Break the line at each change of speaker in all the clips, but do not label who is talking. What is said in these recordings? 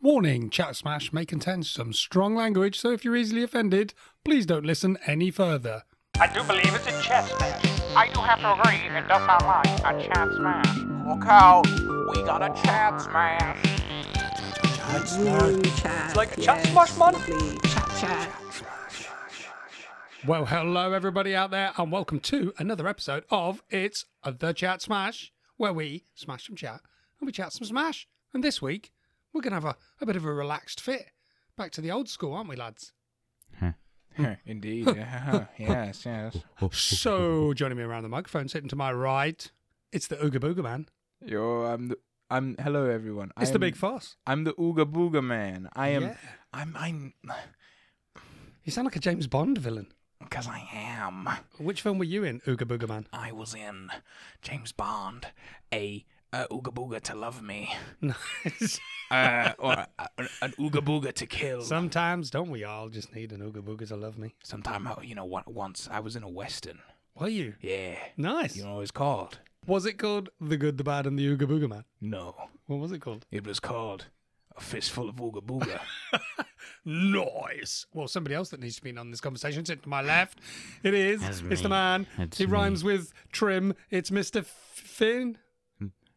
Warning Chat Smash may contain some strong language, so if you're easily offended, please don't listen any further.
I do believe it's a chess match. I do have to agree, it does not like a chance match. Look out, we got a chance match.
Ooh, chat. It's
like a chat smash, man.
Chat, chat.
Well, hello, everybody out there, and welcome to another episode of It's The Chat Smash, where we smash some chat and we chat some smash. And this week, we're going to have a, a bit of a relaxed fit. Back to the old school, aren't we, lads?
Indeed. Yeah. yes, yes.
So, joining me around the microphone, sitting to my right, it's the Ooga Booga Man.
Yo, I'm the I'm hello everyone.
It's
I'm,
the Big Foss.
I'm the Ooga Booga man. I am
Yeah.
I'm I'm
You sound like a James Bond villain.
because I am.
Which film were you in, Ooga Booga Man?
I was in James Bond, a uh, Ooga Booga to love me.
Nice.
Uh, or a, an, an Ooga Booga to kill.
Sometimes, don't we all just need an Ooga Booga to love me?
Sometime I- you know on- once I was in a western.
Were you?
Yeah.
Nice.
You know what it's called?
Was it called The Good, the Bad, and the Ooga Booga Man?
No.
What was it called?
It was called a fistful of Ooga Booga.
Nice. Well, somebody else that needs to be on this conversation, sitting to my left, it is.
That's
It's the
me.
man.
That's
he
me.
rhymes with trim. It's Mr. Finn.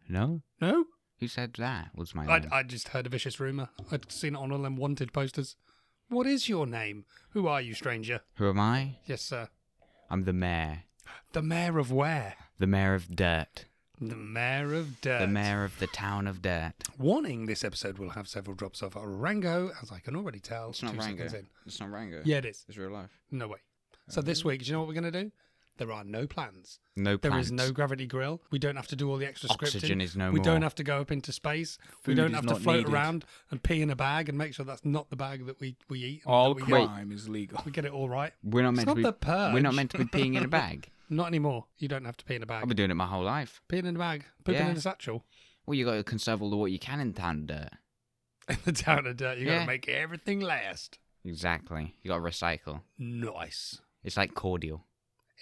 No?
No,
Who said that was my
I,
name?
I just heard a vicious rumor. I'd seen it on all them wanted posters. What is your name? Who are you, stranger?
Who am I?
Yes, sir.
I'm the mayor.
The mayor of where?
The mayor of dirt.
The mayor of dirt.
The mayor of the town of dirt.
Warning: This episode will have several drops of Rango, as I can already tell. two seconds in.
It's not Rango.
Yeah, it is.
It's real life.
No way. So this week, do you know what we're going to do? There are no plans.
Uh-huh. No
There is
plants.
no gravity grill. We don't have to do all the extra scripting.
Oxygen is no
We don't
more.
have to go up into space. we
Food
don't
is
have to
not
float
needed.
around and pee in a bag and make sure that's not the bag that we, we eat. and
All
that we, get.
crime is legal.
we get it all right.
We're not
It's
meant
not
to be.
the purge.
We're not meant to be peeing in a bag.
Not anymore. You don't have to pee in a bag.
I've been doing it my whole life.
Peeing in a bag. Pooping
Yeah.
in a satchel.
Well, you got to conserve all the water you can in town dirt.
In the town of dirt. You got to
Yeah.
make everything last.
Exactly. You got to recycle.
Nice.
It's like cordial.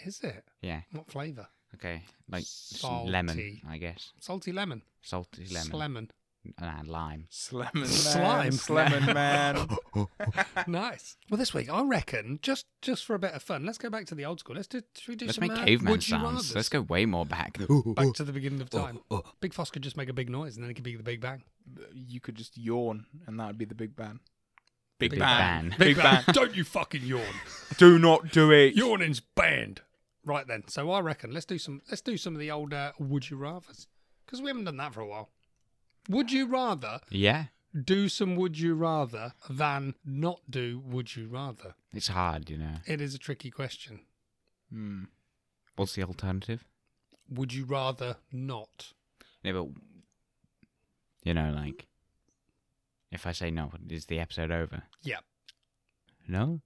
Is it?
Yeah.
What flavour?
Okay. Like some lemon,
Salty.
I guess.
Salty lemon.
Salty lemon.
Lemon.
Nah, lime.
Slemon
Slime.
man. Slemon man.
Ah. nice. Well, this week I reckon just just for a bit of fun, let's go back to the old school. Let's do. Should we do
Let's
some
make
uh,
caveman
would you
sounds.
rathers?
Let's go way more back.
back to the beginning of time. Big Foss could just make a big noise and then it could be the Big Bang.
you could just yawn and that would be the big ban. Big,
ban.
Big, ban.
Don't you fucking yawn.
Do not do it.
Yawning's banned. Right then. So I reckon let's do some let's do some of the old uh, would you rather's because we haven't done that for a while. Would you rather
Yeah.
do some would you rather than not do would you rather?
It's hard, you know.
It is a tricky question.
Hmm.
What's the alternative?
Would you rather not?
Yeah, but you know, like, if I say no, is the episode over?
Yeah.
No.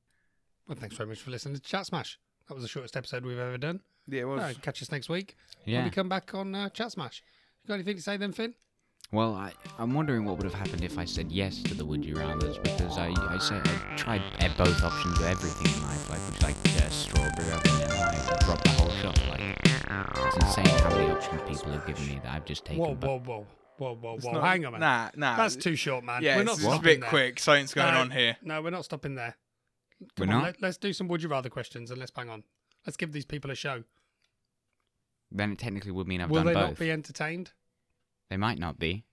Well, thanks very much for listening to Chat Smash. That was the shortest episode we've ever done.
Yeah, it was.
All right, catch us next week when
Yeah.
we come back on uh, Chat Smash. You got anything to say then, Finn?
Well, I, I'm wondering what would have happened if I said yes to the would you rather's because I I said I tried eh, both options of everything in life, like which like uh, strawberry up and then I dropped the whole shot. Like, it's insane how many options people have given me that I've just taken.
Whoa,
but-
whoa, whoa, whoa, whoa,
It's
whoa!
not-
Hang on, man.
Nah, nah.
That's too short, man.
Yeah,
we're
it's,
not
it's a
stopping
bit
there.
quick. Something's going
no,
on here.
No, we're not stopping there.
We're
Come on,
not.
Let, us do some would you rather questions and let's bang on. Let's give these people a show.
Then it technically would mean I've
Will
done
they
both.
not be entertained?
They might not be.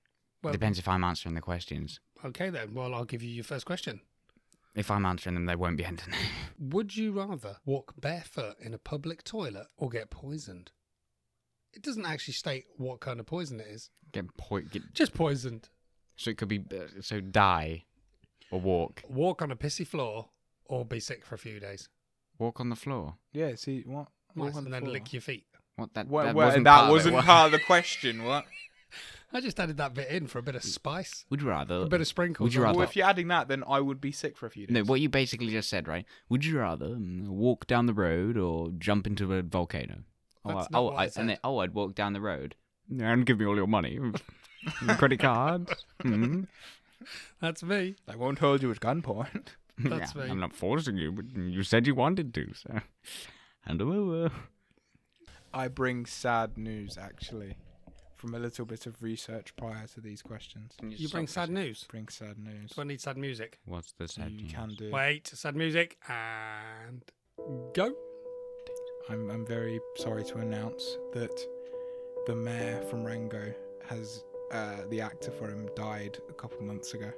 Well,
Depends if I'm answering the questions.
Okay then. Well, I'll give you your first question.
If I'm answering them, they won't be entertained.
Would you rather walk barefoot in a public toilet or get poisoned? It doesn't actually state what kind of poison it is.
get, po- get
Just poisoned.
So it could be uh, so die or walk.
Walk on a pissy floor or be sick for a few days.
Walk on the floor.
Yeah, see, what?
Nice. And then lick your feet.
What that
Well,
that
well,
wasn't,
that
part,
wasn't
of it.
part of the question, what?
I just added that bit in for a
Mm.
bit of spice.
Would you rather
A bit of sprinkles
Would you
on
rather
Well, if you're adding that, then I would be sick for a few days.
No, what you basically just said, right? Would you rather mm, walk down the road or jump into a volcano? Oh,
That's
I-
not
oh,
what I
I, and
said.
then, oh, I'd walk down the road and give me all your money, Your credit card. Hmm?
That's me.
They won't hold you at gunpoint.
That's
Yeah,
me.
I'm not forcing you, but you said you wanted to, so. And uh, uh,
I bring sad news, actually,
from a little bit of research prior to these questions.
You bring sad news.
Bring sad news.
Do I need sad music?
What's the sad
You can do.
Wait, sad music and go.
I'm, I'm very sorry to announce that the mayor from Rango has uh, the actor for him died a couple months ago.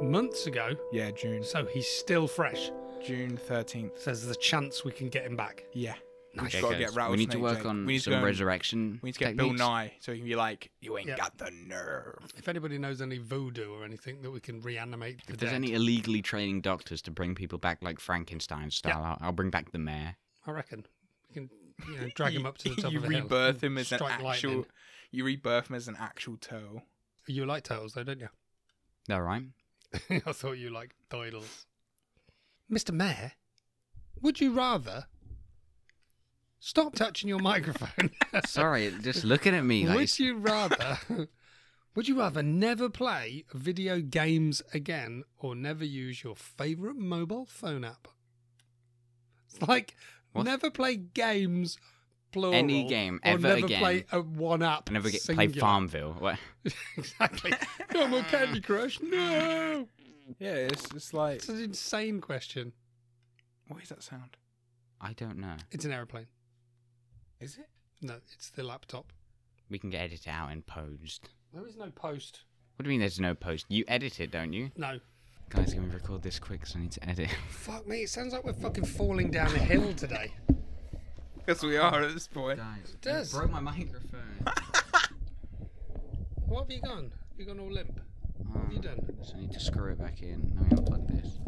Months ago,
Yeah, June
so he's still fresh.
June thirteenth.
Says there's a chance we can get him back.
Yeah,
Nice.
Gotta get
we need to
rattlesnake,
work
Jake.
on
We need to
some
go and-
resurrection.
we need to get Bill
techniques.
Nye so he can be like, "You ain't
Yeah.
got the nerve."
If anybody knows any voodoo or anything that we can reanimate the
If there's
dead,
any illegally training doctors to bring people back like Frankenstein style, I'll, I'll bring back the mayor.
I reckon we can you know, drag him up to the top
you
of the hill.
rebirth him as an
Strike
actual.
lightning.
You rebirth him as an actual turtle.
You like turtles, though, don't you?
All right.
I thought you liked doidles. Mr. Mayor, would you rather stop touching your microphone?
Sorry, just looking at me. Like,
would you rather? would you rather never play video games again or never use your favorite mobile phone app? It's like
What?
never play games. Plural,
Any game,
or
ever
never
again.
play a one app.
I never get play
singular.
Farmville. What?
exactly. Come on, Candy Crush. No,
Yeah, it's just like
it's an insane question.
what is that sound?
I don't know.
It's an aeroplane.
Is it?
No, it's the laptop.
We can edit it out and post.
There is no post.
What do you mean there's no post? You edit it, don't you?
No.
Guys, can we record this quick? Because I need to edit.
Fuck me, it sounds like we're fucking falling down a hill today.
Because we are at this point.
Guys,
does.
broke my microphone.
What have you gone? You gone all limp? What have you done?
Um, So I need to screw it back in. Let me unplug this.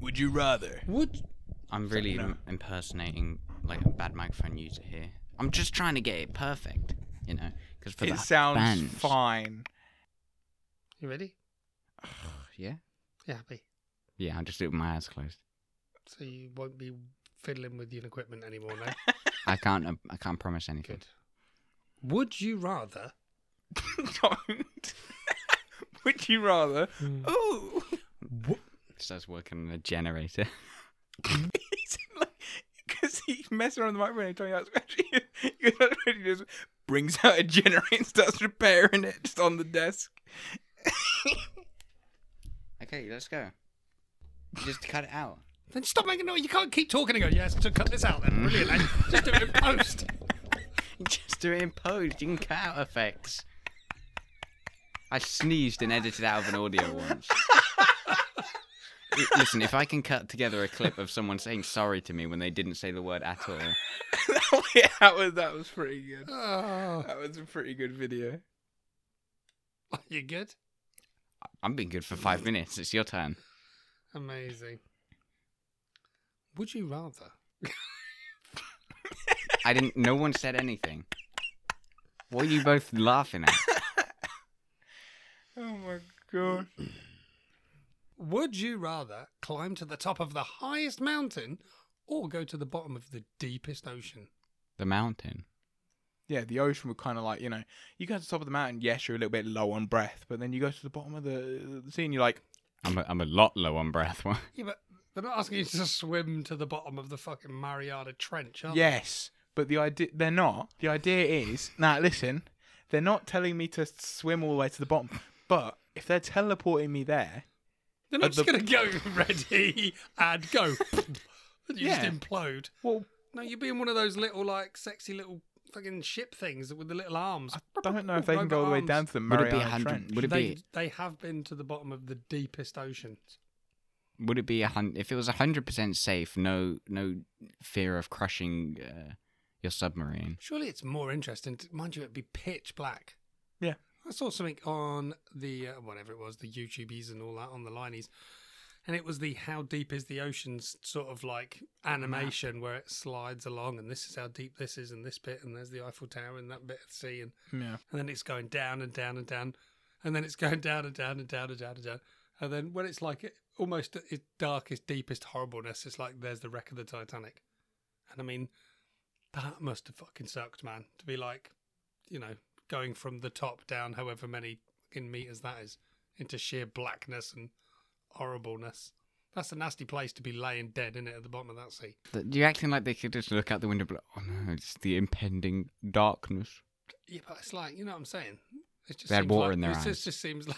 Would you rather?
Would
I'm really
no.
im- impersonating like a bad microphone user here. I'm just trying to get it perfect, you know, because for the
It sounds
bands-
fine.
you ready?
Yeah,
You happy?
yeah. I just do it with my eyes closed.
So you won't be fiddling with your equipment anymore now.
I can't. uh, I can't promise anything.
Good. Would you rather
Don't. Would you rather? Ooh.
Starts working on a generator.
Because he messes around with the microphone and telling you that's actually you know, he just brings out a generator and starts repairing it just on the desk.
okay, let's go. Just cut it out.
then stop making noise. You can't keep talking and go, yes, to cut this out then. Brilliant. then. Just do it in post.
Just do it in post. You can cut out effects. I sneezed and edited out of an audio once. L- Listen, if I can cut together a clip of someone saying sorry to me when they didn't say the word at all,
that was that was pretty good.
Oh,
That was a pretty good video.
are you good?
I've been good for five minutes. It's your turn.
Amazing. Would you rather
I didn't. No one said anything. What are you both laughing at?
Oh my god.
Would you rather climb to the top of the highest mountain or go to the bottom of the deepest ocean?
The mountain.
Yeah, the ocean would kind of like you know you go to the top of the mountain. Yes, you're a little bit low on breath, but then you go to the bottom of the, the sea and you're like,
I'm a, I'm a lot low on breath. What?
Yeah, but they're not asking you to swim to the bottom of the fucking Mariana Trench, are
yes. But the idea they're not. The idea is now listen, they're not telling me to swim all the way to the bottom, but if they're teleporting me there,
they? They're not just
At the-
going to go ready and go. you
Yeah.
just implode.
well,
No, you'd be in one of those little, like, sexy little fucking ship things with the little arms.
I don't know if they can go all the way down to the
Would it be a
Mariana Trench.
hundred? Would it
they,
be?
they have been to the bottom of the deepest oceans.
Would it be a hundred? If it was a hundred percent safe, no no fear of crushing uh, your submarine.
Surely it's more interesting. To, mind you, it'd be pitch black.
Yeah.
I saw something on the, uh, whatever it was, the YouTubies and all that on the lineies. And it was the how deep is the ocean's sort of like animation where it slides along and this is how deep this is and this bit and there's the Eiffel Tower and that bit of sea and,
Yeah.
and then it's going down and down and down and then it's going down and down and down and down and down. And then when it's like it, almost at its darkest, deepest horribleness, it's like there's the wreck of the Titanic. And I mean, that must have fucking sucked, man. To be like, you know, going from the top down, however many fucking meters that is, into sheer blackness and horribleness. That's a nasty place to be laying dead, in it, at the bottom of that sea.
Th- You're acting like they could just look out the window, but oh no, it's the impending darkness.
Yeah, but it's like you know what I'm saying. It just
They had
seems
water
like-
in their
it just-
eyes.
just seems like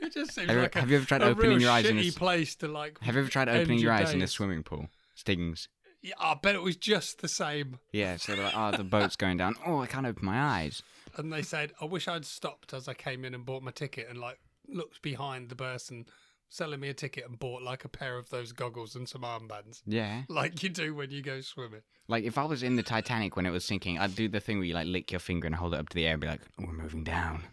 it just seems
Have you,
like a,
have you ever tried
a
opening
real
your eyes in a,
shitty
s-
place to like.
Have you ever tried
end
opening
your
your eyes in a
days?
swimming pool? Stings.
Yeah, I bet it was just the same.
Yeah, so they're like, oh, the boat's going down. Oh, I can't open my eyes.
And they said, "I wish I'd stopped as I came in and bought my ticket and like looked behind the person selling me a ticket and bought like a pair of those goggles and some armbands,
Yeah.
like you do when you go swimming."
Like, if I was in the Titanic when it was sinking, I'd do the thing where you, like, lick your finger and hold it up to the air and be like, "Oh, we're moving down.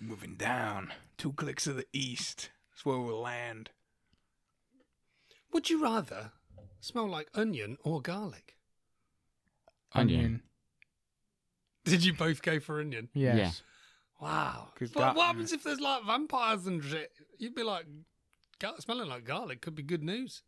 Moving down, two clicks of the east. That's where we'll land.
Would you rather smell like onion or garlic?
Onion.
Did you both go for onion?
Yes.
Yeah.
Wow.
'Cause
But
that-
what happens if there's like vampires and shit? You'd be like, gar- smelling like garlic could be good news.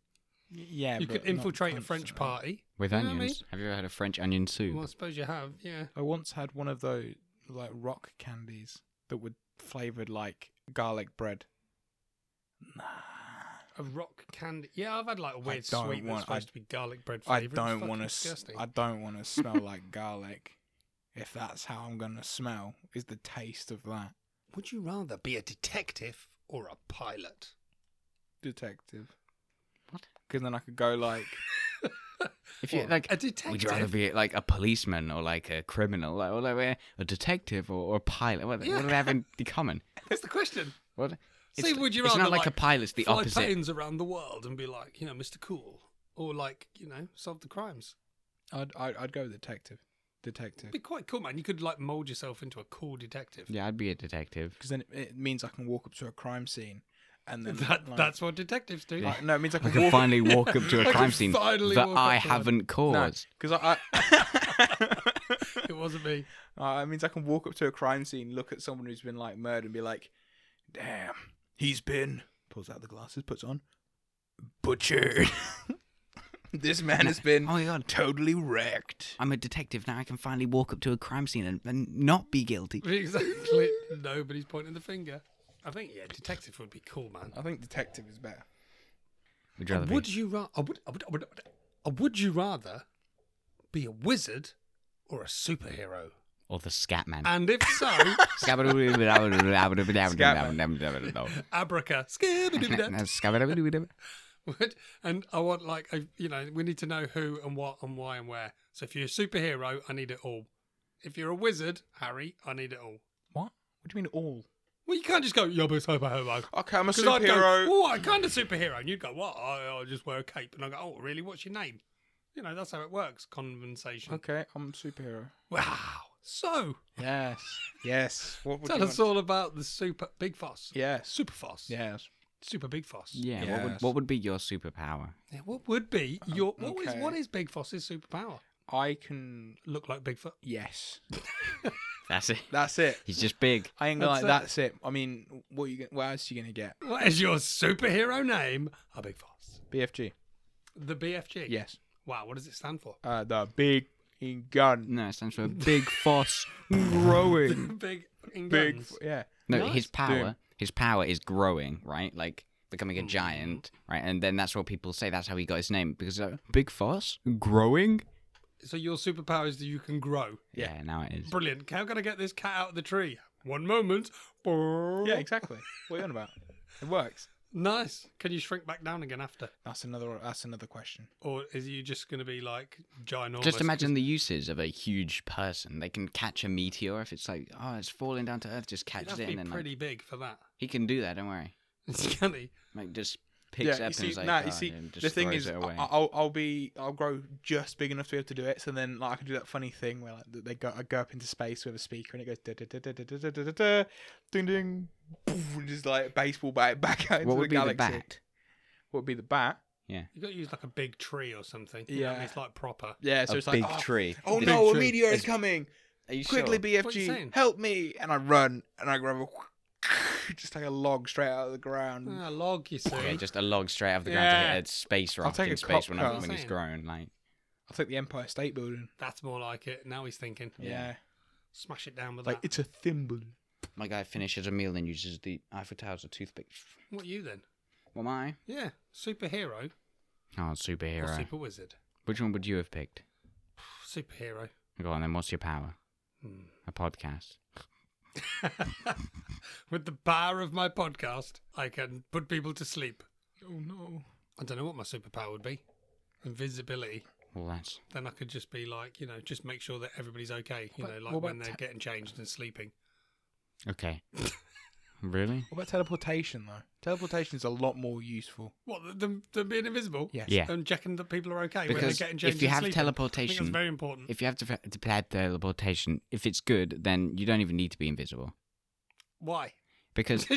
Y- Yeah.
you
but
could
not
infiltrate a French
constantly.
party
eh? With
You know what I
onions. Have you ever had a French onion
mean?
soup?
Well, I suppose you have, yeah.
I once had one of those like rock candies that were flavored like garlic bread.
A rock candy. Yeah, I've had like a weird
don't
sweet that's
want-
supposed
I-
to be garlic bread
I
flavour.
don't want
disgusting.
to. I don't want to smell like garlic. If that's how I'm gonna smell, is the taste of that
Would you rather be a detective or a pilot?
detective? Because then I could go like,
if you,
What?
like,
a
would you rather
detective.
be, like, a policeman or, like, a criminal? Like, or, like, eh, a detective or, or a pilot? What,
Yeah.
what do they have in common?
That's the question.
What?
See, would you
it's
rather
not like, a pilot's the
fly
opposite.
planes around the world and be like, you know, Mr. Cool, or like, you know, solve the crimes?
I'd I'd, I'd go detective, detective.
It'd be quite cool, man. You could like mold yourself into a cool detective.
Yeah, I'd be a detective.
Because then it, it means I can walk up to a crime scene, and then
That,
like-
that's what detectives do.
like, no, it means I
I
can
can
walk.
finally walk up to
I
a
can
crime scene
finally
that
walk
I
up to one.
haven't caused.
Because I, I
It wasn't me.
Uh, it means I can walk up to a crime scene, look at someone who's been like murdered, and be like, "Damn, he's been." Pulls out the glasses, puts on, butchered. this man has been
Oh my god.
totally wrecked.
I'm a detective now. I can finally walk up to a crime scene and, and not be guilty.
Exactly. Nobody's pointing the finger. I think yeah, detective would be cool, man.
I think detective is better.
Would you rather
Would
be?
you rather? Would, I would, I would, I would you rather be a wizard or a superhero?
Or the Scatman.
And if so,
Scatman.
abraca. Skibidi-bidi.
Scatman.
Would- and I want like a, you know we need to know who and what and why and where. So if you're a superhero, I need it all. If you're a wizard, Harry, I need it all.
What? What do you mean all?
Well, you can't just go. You're a superhero.
Okay, I'm a
Because I'd go,
superhero.
well, what kind of superhero? And you'd go, what? I, I just wear a cape. And I go, oh, really? What's your name? You know, that's how it works. Conversation.
Okay, I'm a superhero.
Wow. So,
Yes, yes. What would
tell
you
us
want?
all about the super big foss.
Yes,
Super foss.
yes.
Super big foss.
Yeah, what would
Yes.
what would be your superpower?
Yeah, What would be your? What is
Oh, okay.
what is Big Foss's superpower?
I can.
Look like Bigfoot.
Yes,
That's it.
that's it.
He's just big.
I ain't gonna
That's
like
it.
that's it. I mean, what you gonna- what else you gonna get?
What is your superhero name? A Big Foss.
BFG.
The BFG.
Yes.
Wow. What does it stand for?
uh, the big gun.
No, it stands for big foss.
Growing.
big. In
big.
guns.
Yeah.
No,
Nice.
his power,
Dude.
his power is growing, right? Like becoming a
Mm.
giant, right? And then that's what people say. That's how he got his name because uh, big foss growing.
So your superpower is that you can grow.
Yeah, now it is.
Brilliant. How can I get this cat out of the tree? One moment. Brrr.
Yeah, exactly. what are you on about? It works.
Nice. Can you shrink back down again after?
That's another. That's another question.
Or is you just going to be like ginormous?
Just imagine the uses of a huge person. They can catch a meteor if it's like, oh, it's falling down to earth. Just
You'd have
catches
to
it,
be
and then
pretty
like,
big for that.
he can do that. Don't worry.
Can he?
Like just picks
yeah,
up
you see,
and is like,
nah,
oh,
you see,
and just
the thing
throws
is, uh,
it away.
I- I'll, I'll be, I'll grow just big enough to be able to do it. So then, like, I can do that funny thing where like, they go, I go up into space with a speaker and it goes, da da da da da da da da da, ding ding, poof, and just like a baseball bat back out into
what would
the
be
galaxy.
the bat?
What would be the bat?
You've got to use like a big tree or something. You know,
Yeah.
it's like proper.
Yeah, so
a
it's
big
like, oh,
tree.
oh
Big
no, a
tree.
meteor is
It's-
coming.
Are you
quickly
sure?
What you saying?
BFG, help me! And I run and I grab a just like a log straight out of the ground.
Ah, log, you see.
Yeah, just a log straight out of the ground
Yeah.
to hit a space rock
take
in
a
space
cop
when,
car.
I'm, when it's
Same.
grown. Like
I'll take the Empire State Building.
That's more like it. Now he's thinking.
Yeah,
Smash it down with
like
that.
it's a thimble.
my guy finishes a meal and uses the Eiffel Tower as a toothpick.
What you then?
What am I?
Yeah. Superhero
Oh,
or
superhero.
super wizard?
Which one would you have picked?
Superhero.
Go on then, what's your power?
Hmm.
A podcast.
With the power of my podcast, I can put people to sleep.
Oh no.
I don't know what my superpower would be. Invisibility.
Well, that's.
Then I could just be like, you know, just make sure that everybody's okay. You
What
know,
about-
like
what
when
about
they're
ta-
getting changed and sleeping.
Okay. really?
What about teleportation though? Teleportation is a lot more useful.
What? th- Them, them being invisible.
Yes.
Yeah.
And checking that people are okay when they're
Because
getting
if
changed.
you
and
have
sleeping. I think
teleportation-
that's very important.
If you have to declared teleportation, if it's good, then you don't even need to be invisible.
Why?
Because.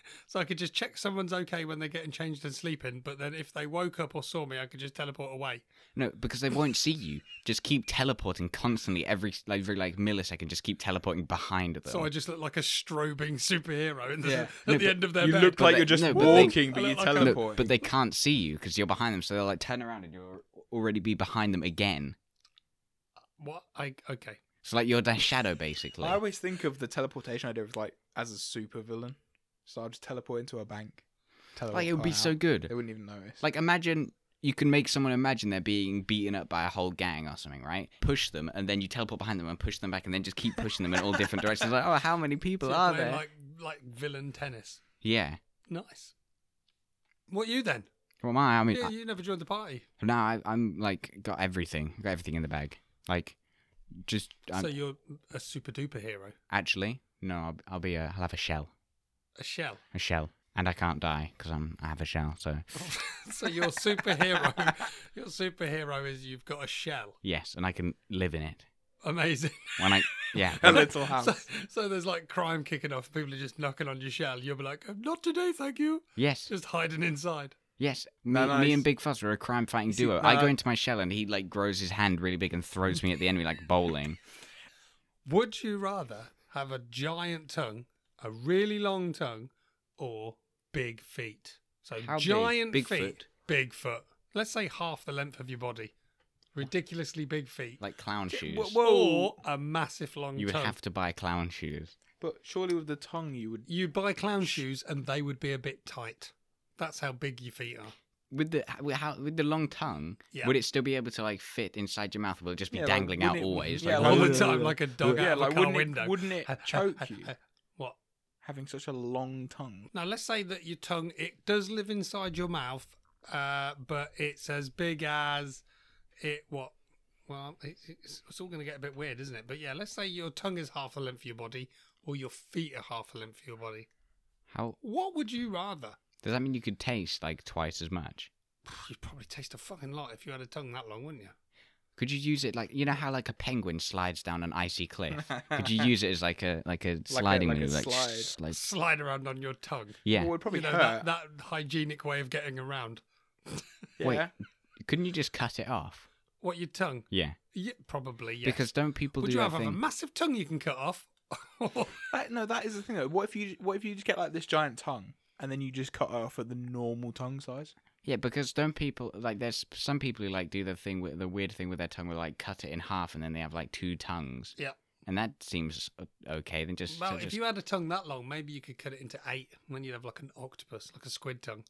so I could just check someone's okay when they're getting changed and sleeping, but then if they woke up or saw me, I could just teleport away.
No, because they won't see you. Just keep teleporting constantly every like, every like millisecond. Just keep teleporting behind them.
So I just look like a strobing superhero in the,
Yeah.
at
No,
the
but
end of their
you
bed.
look
but
like
they-
you're just
no, but they-
walking, but,
I
you
look like I'm-
Look,
teleport.
but they can't see you because you're behind them. So they'll like turn around and you'll already be behind them again.
What? I okay.
So like you're their shadow basically.
I always think of the teleportation idea of like as a super villain. So I'll just teleport into a bank. Teleport
like it would be
out.
so good.
They wouldn't even notice.
Like imagine you can make someone imagine they're being beaten up by a whole gang or something, right? Push them and then you teleport behind them and push them back and then just keep pushing them in all different directions. Like, oh, how many people
So
are
playing
there?
Like like villain tennis.
Yeah.
Nice. What you then?
Well, my, I mean,
Yeah, you never joined the party,
I, now I, I'm like got everything, got everything in the bag. Like, just um,
so you're a super duper hero.
actually, no, I'll, I'll be a, I'll have a shell,
A shell.
a shell, and I can't die because I'm, I have a shell. So
so your superhero, your superhero is you've got a shell.
yes, and I can live in it
Amazing.
when I, yeah.
a little house.
So, so there's like crime kicking off. People are just knocking on your shell. You'll be like, "Oh, not today, thank you.
Yes,
Just hiding inside.
yes. Me,
No, no,
me
it's-
and Big Fuzz are a crime-fighting
see,
duo.
no,
I go
no.
into my shell and he like grows his hand really big and throws me at the enemy like bowling.
Would you rather have a giant tongue, a really long tongue, or big feet? So
How big?
giant
Big
feet,
foot?
big foot. Let's say half the length of your body. Ridiculously big feet.
Like clown shoes.
Or a massive long
you would
tongue.
have to buy clown shoes.
But surely with the tongue you would
You buy clown shoes and they would be a bit tight. That's how big your feet are.
With the with, how, with the long tongue,
Yeah.
would it still be able to like fit inside your mouth? Or will it just be
Yeah, like,
dangling out
wouldn't it-
always?
Oh, yeah,
like,
All
like-
the time, like a dog
Yeah,
out
like,
of a car
wouldn't it-
window.
wouldn't it choke you?
What?
having such a long tongue.
Now, let's say that your tongue it does live inside your mouth, uh, but it's as big as it what? Well, it, it's, it's all going to get a bit weird, isn't it? But yeah, let's say your tongue is half the length of your body, or your feet are half the length of your body.
how
What would you rather?
does that mean? You could taste like twice as much.
You'd probably taste a fucking lot if you had a tongue that long, wouldn't you?
Could you use it like you know how like a penguin slides down an icy cliff? Could you use it as like a like a sliding
like a
move? Like,
slide.
s- like
Slide around on your tongue.
yeah.
Well, it would probably
you know,
hurt.
that, that hygienic way of getting around.
yeah.
Wait, couldn't you just cut it off?
What, your tongue?
Yeah,
Yeah, probably, yes.
because don't people
Would
do
you
that
rather have a
thing?
massive tongue you can cut off?
That- no, that is the thing though. What if you what if you just get like this giant tongue and then you just cut it off at the normal tongue size?
yeah, because don't people like there's some people who like do the thing with the weird thing with their tongue, where like cut it in half and then they have like two tongues,
yeah.
and that seems o- okay. Then just, so
Well, if
just-
you had a tongue that long, maybe you could cut it into eight, and then you'd have like an octopus, like a squid tongue.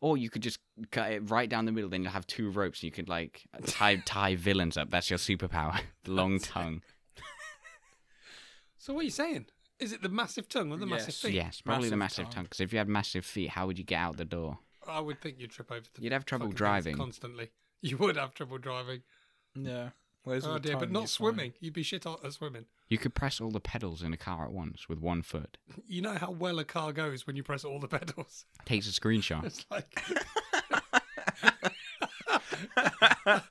or you could just cut it right down the middle. Then you'll have two ropes. And you could like tie tie villains up. That's your superpower. Long tongue.
So what are you saying? Is it the massive tongue or the massive
Yes.
feet?
Yes, probably the
Massive
massive
tongue.
tongue. Because if you had massive feet, how would you get out the door?
I would think you'd trip over. The
You'd have trouble
fucking things
driving.
constantly. You would have trouble driving.
Yeah. Whereas
Oh
with the
dear, but
tongue, you're
not
fine.
swimming. You'd be shit at at swimming.
You could press all the pedals in a car at once with one foot.
You know how well a car goes when you press all the pedals.
Takes a screenshot.
It's like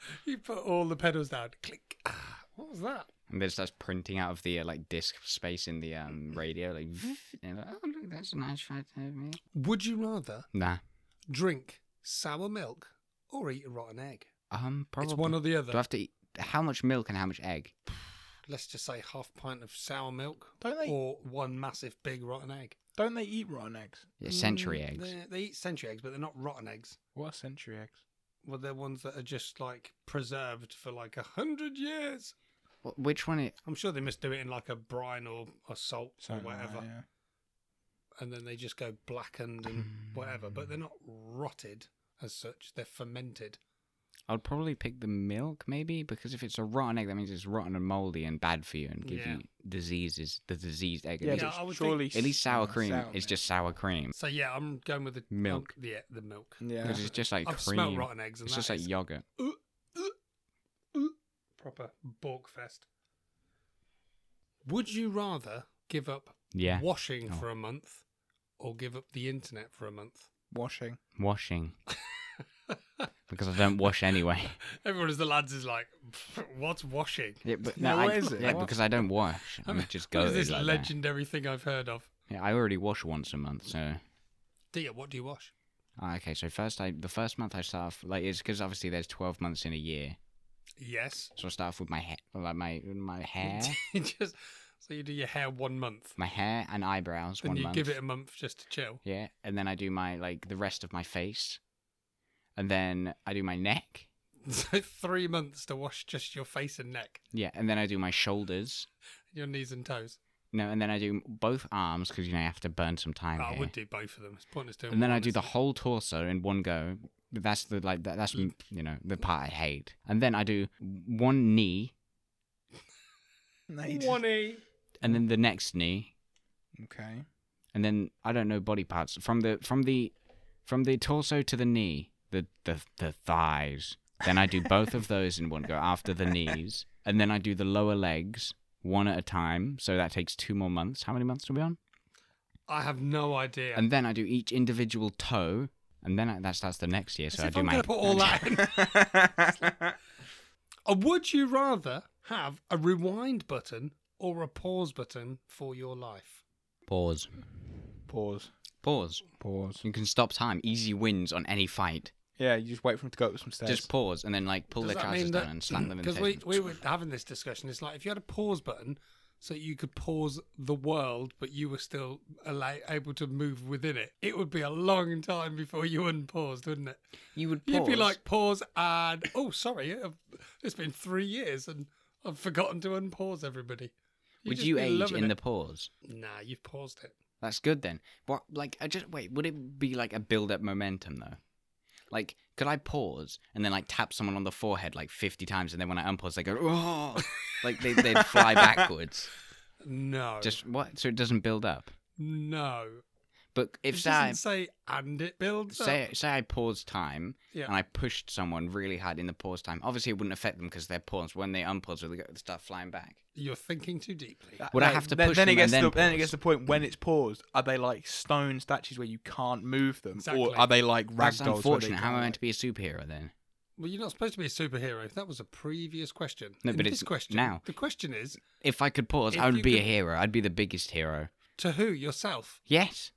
you put all the pedals down. Click. Ah, What was that?
And then starts printing out of the uh, like disk space in the um, radio, like, and like, oh look, that's a nice photo of me.
Would you rather
Nah,
drink sour milk or eat a rotten egg?
um, probably.
It's one or the
Do
other.
I have to eat how much milk and how much egg?
Let's just say half pint of sour milk
Don't they-
or one massive big rotten egg.
Don't they eat rotten eggs?
Yeah, century
Mm,
eggs.
they're- They eat century eggs, but they're not rotten eggs.
What are century eggs?
Well, they're ones that are just like preserved for like a hundred years.
Wh- Which one? It,
I'm sure they must do it in like a brine or, or salt
Something
or
like
whatever.
that, yeah.
And then they just go
Hmm.
blackened and whatever. But they're not rotted as such, they're fermented.
I'd probably pick the milk, maybe, because if it's a rotten egg, that means it's rotten and moldy and bad for you and give
Yeah.
you diseases. The diseased egg. At
Yeah,
least
Yeah,
but
I would think-
surely
At least sour
s-
cream
sour
is
milk.
just sour cream.
So yeah, I'm going with the
Milk.
um, yeah, the milk.
yeah,
Because it's just like
I've
cream.
smelled rotten eggs, and
It's
that
just like
is
yogurt.
proper bork fest. Would you rather give up
Yeah.
washing
Oh.
for a month or give up the internet for a month?
washing.
Washing. because I don't wash anyway.
Everyone as the lads is like, what's washing?
Yeah, but
No,
I,
what is it?
Yeah,
What-
because I don't wash. I just go.
What is this
like that.
legendary thing I've heard of?
Yeah, I already wash once a month, so.
Dia, what do you wash?
Ah, Okay, so first I the first month I start off, like it's because obviously there's twelve months in a year,
Yes.
so I start off with my hair, like my my hair,
just so you do your hair one month,
my hair and eyebrows
then
one
you
month.
give it a month just to chill.
yeah, and then I do my like the rest of my face, and then I do my neck.
So three months to wash just your face and neck,
Yeah, and then I do my shoulders.
your knees and toes.
No, and then I do both arms because you know you have to burn some time.
Oh, I
here.
would do both of them. It's pointless doing.
and then
one,
I do the
isn't it?
whole torso in one go. But That's the like that, that's you know the part I hate. And then I do one knee,
No, you just-
One e.
and then the next knee,
Okay.
and then I don't know body parts from the from the from the torso to the knee, the the the thighs. Then I do both of those in one go after the knees, and then I do the lower legs one at a time. So that takes two more months. How many months to be on?
I have no idea.
And then I do each individual toe, and then I, that starts the next year.
As
So I
if
do
I'm
my
gonna put all that. in. Uh, would you rather have a rewind button or a pause button for your life?
pause.
Pause.
Pause.
Pause.
You can stop time. Easy wins on any fight.
Yeah, you just wait for him to go up some stairs.
Just pause and then like pull
Does
their
that
trousers
mean that-
down and slam them in the
Because
face.
we, we were having this discussion. It's like if you had a pause button so that you could pause the world, but you were still ala- able to move within it, it would be a long time before you unpaused, wouldn't it?
you would
You'd be like, pause and, oh, sorry, I've, it's been three years and I've forgotten to unpause everybody. You'd
would
just
you
be
age
loving
in
it.
the pause?
Nah, you've paused it.
That's good then. What like I just wait, would it be like a build up momentum though? Like could I pause and then like tap someone on the forehead like 50 times and then when I unpause they go oh like they they'd fly backwards.
No.
Just what so it doesn't build up.
no.
But if
it
say I,
doesn't say and it builds up.
say say I pause time
Yeah.
and I pushed someone really hard in the pause time, obviously it wouldn't affect them because they're paused. When they unpause, they go- they start flying back.
You're thinking too deeply.
Would I
No,
have to
then,
push
then
them
it gets
and then
to the, then it
pause?
gets to the point when it's paused. Are they like stone statues where you can't move them,
Exactly.
or are they like rag
That's
dolls? where they
unfortunate. How am I
can't,
meant to be a superhero then?
Well, you're not supposed to be a superhero. That was a previous question.
No,
In
but
this
it's
question
now.
The question is
If I could pause,
If
I
you
would be a
could-
hero. I'd be the biggest hero.
to who yourself.
Yes,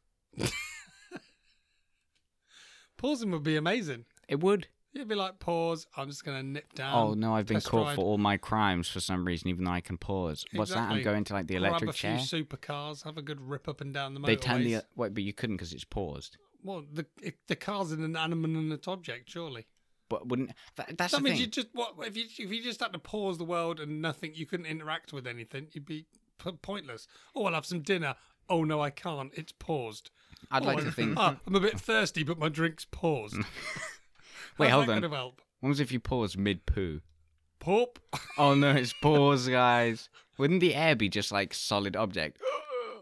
Pausing would be amazing.
it would.
You'd be like, pause. I'm just gonna nip down.
oh no, I've been
test
caught
ride,
for all my crimes for some reason, even though I can pause. What's that? I'm
Exactly.
going to like the
grab
electric
a
chair.
few supercars. Have a good rip up and down the motorways.
They turn the uh, wait, but you couldn't because it's paused.
well, the it, the car's an inanimate object, surely.
But wouldn't that, that's
that
the
means
thing?
you just what if you if you just had to pause the world and nothing, you couldn't interact with anything. You'd be p- pointless. Oh, I'll have some dinner. Oh no, I can't. It's paused.
I'd
Oh,
like
I'm-
to think. Mm.
ah, I'm a bit thirsty, but my drink's paused.
Wait,
How's
hold
that
on.
Gonna help?
What was if you pause mid poo?
Pop.
Oh no, it's pause, guys. Wouldn't the air be just like solid object?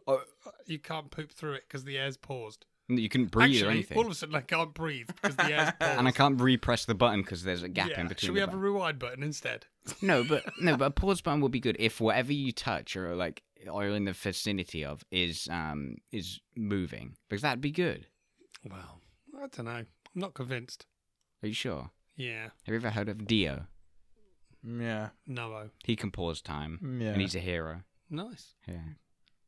you can't poop through it because the air's paused.
You couldn't breathe
Actually,
or anything.
all of a sudden I can't breathe because the air's paused.
and I can't repress the button because there's a gap
Yeah,
in
Should
between. the
we have
button.
a rewind button instead?
No, but no, but a pause button would be good if whatever you touch or like or in the vicinity of is um is moving because that'd be good.
Well, I don't know. I'm not convinced.
Are you sure?
Yeah,
Have you ever heard of Dio?
Yeah,
no.
He can pause
Mm,
time,
yeah,
and he's a hero.
Nice.
Yeah.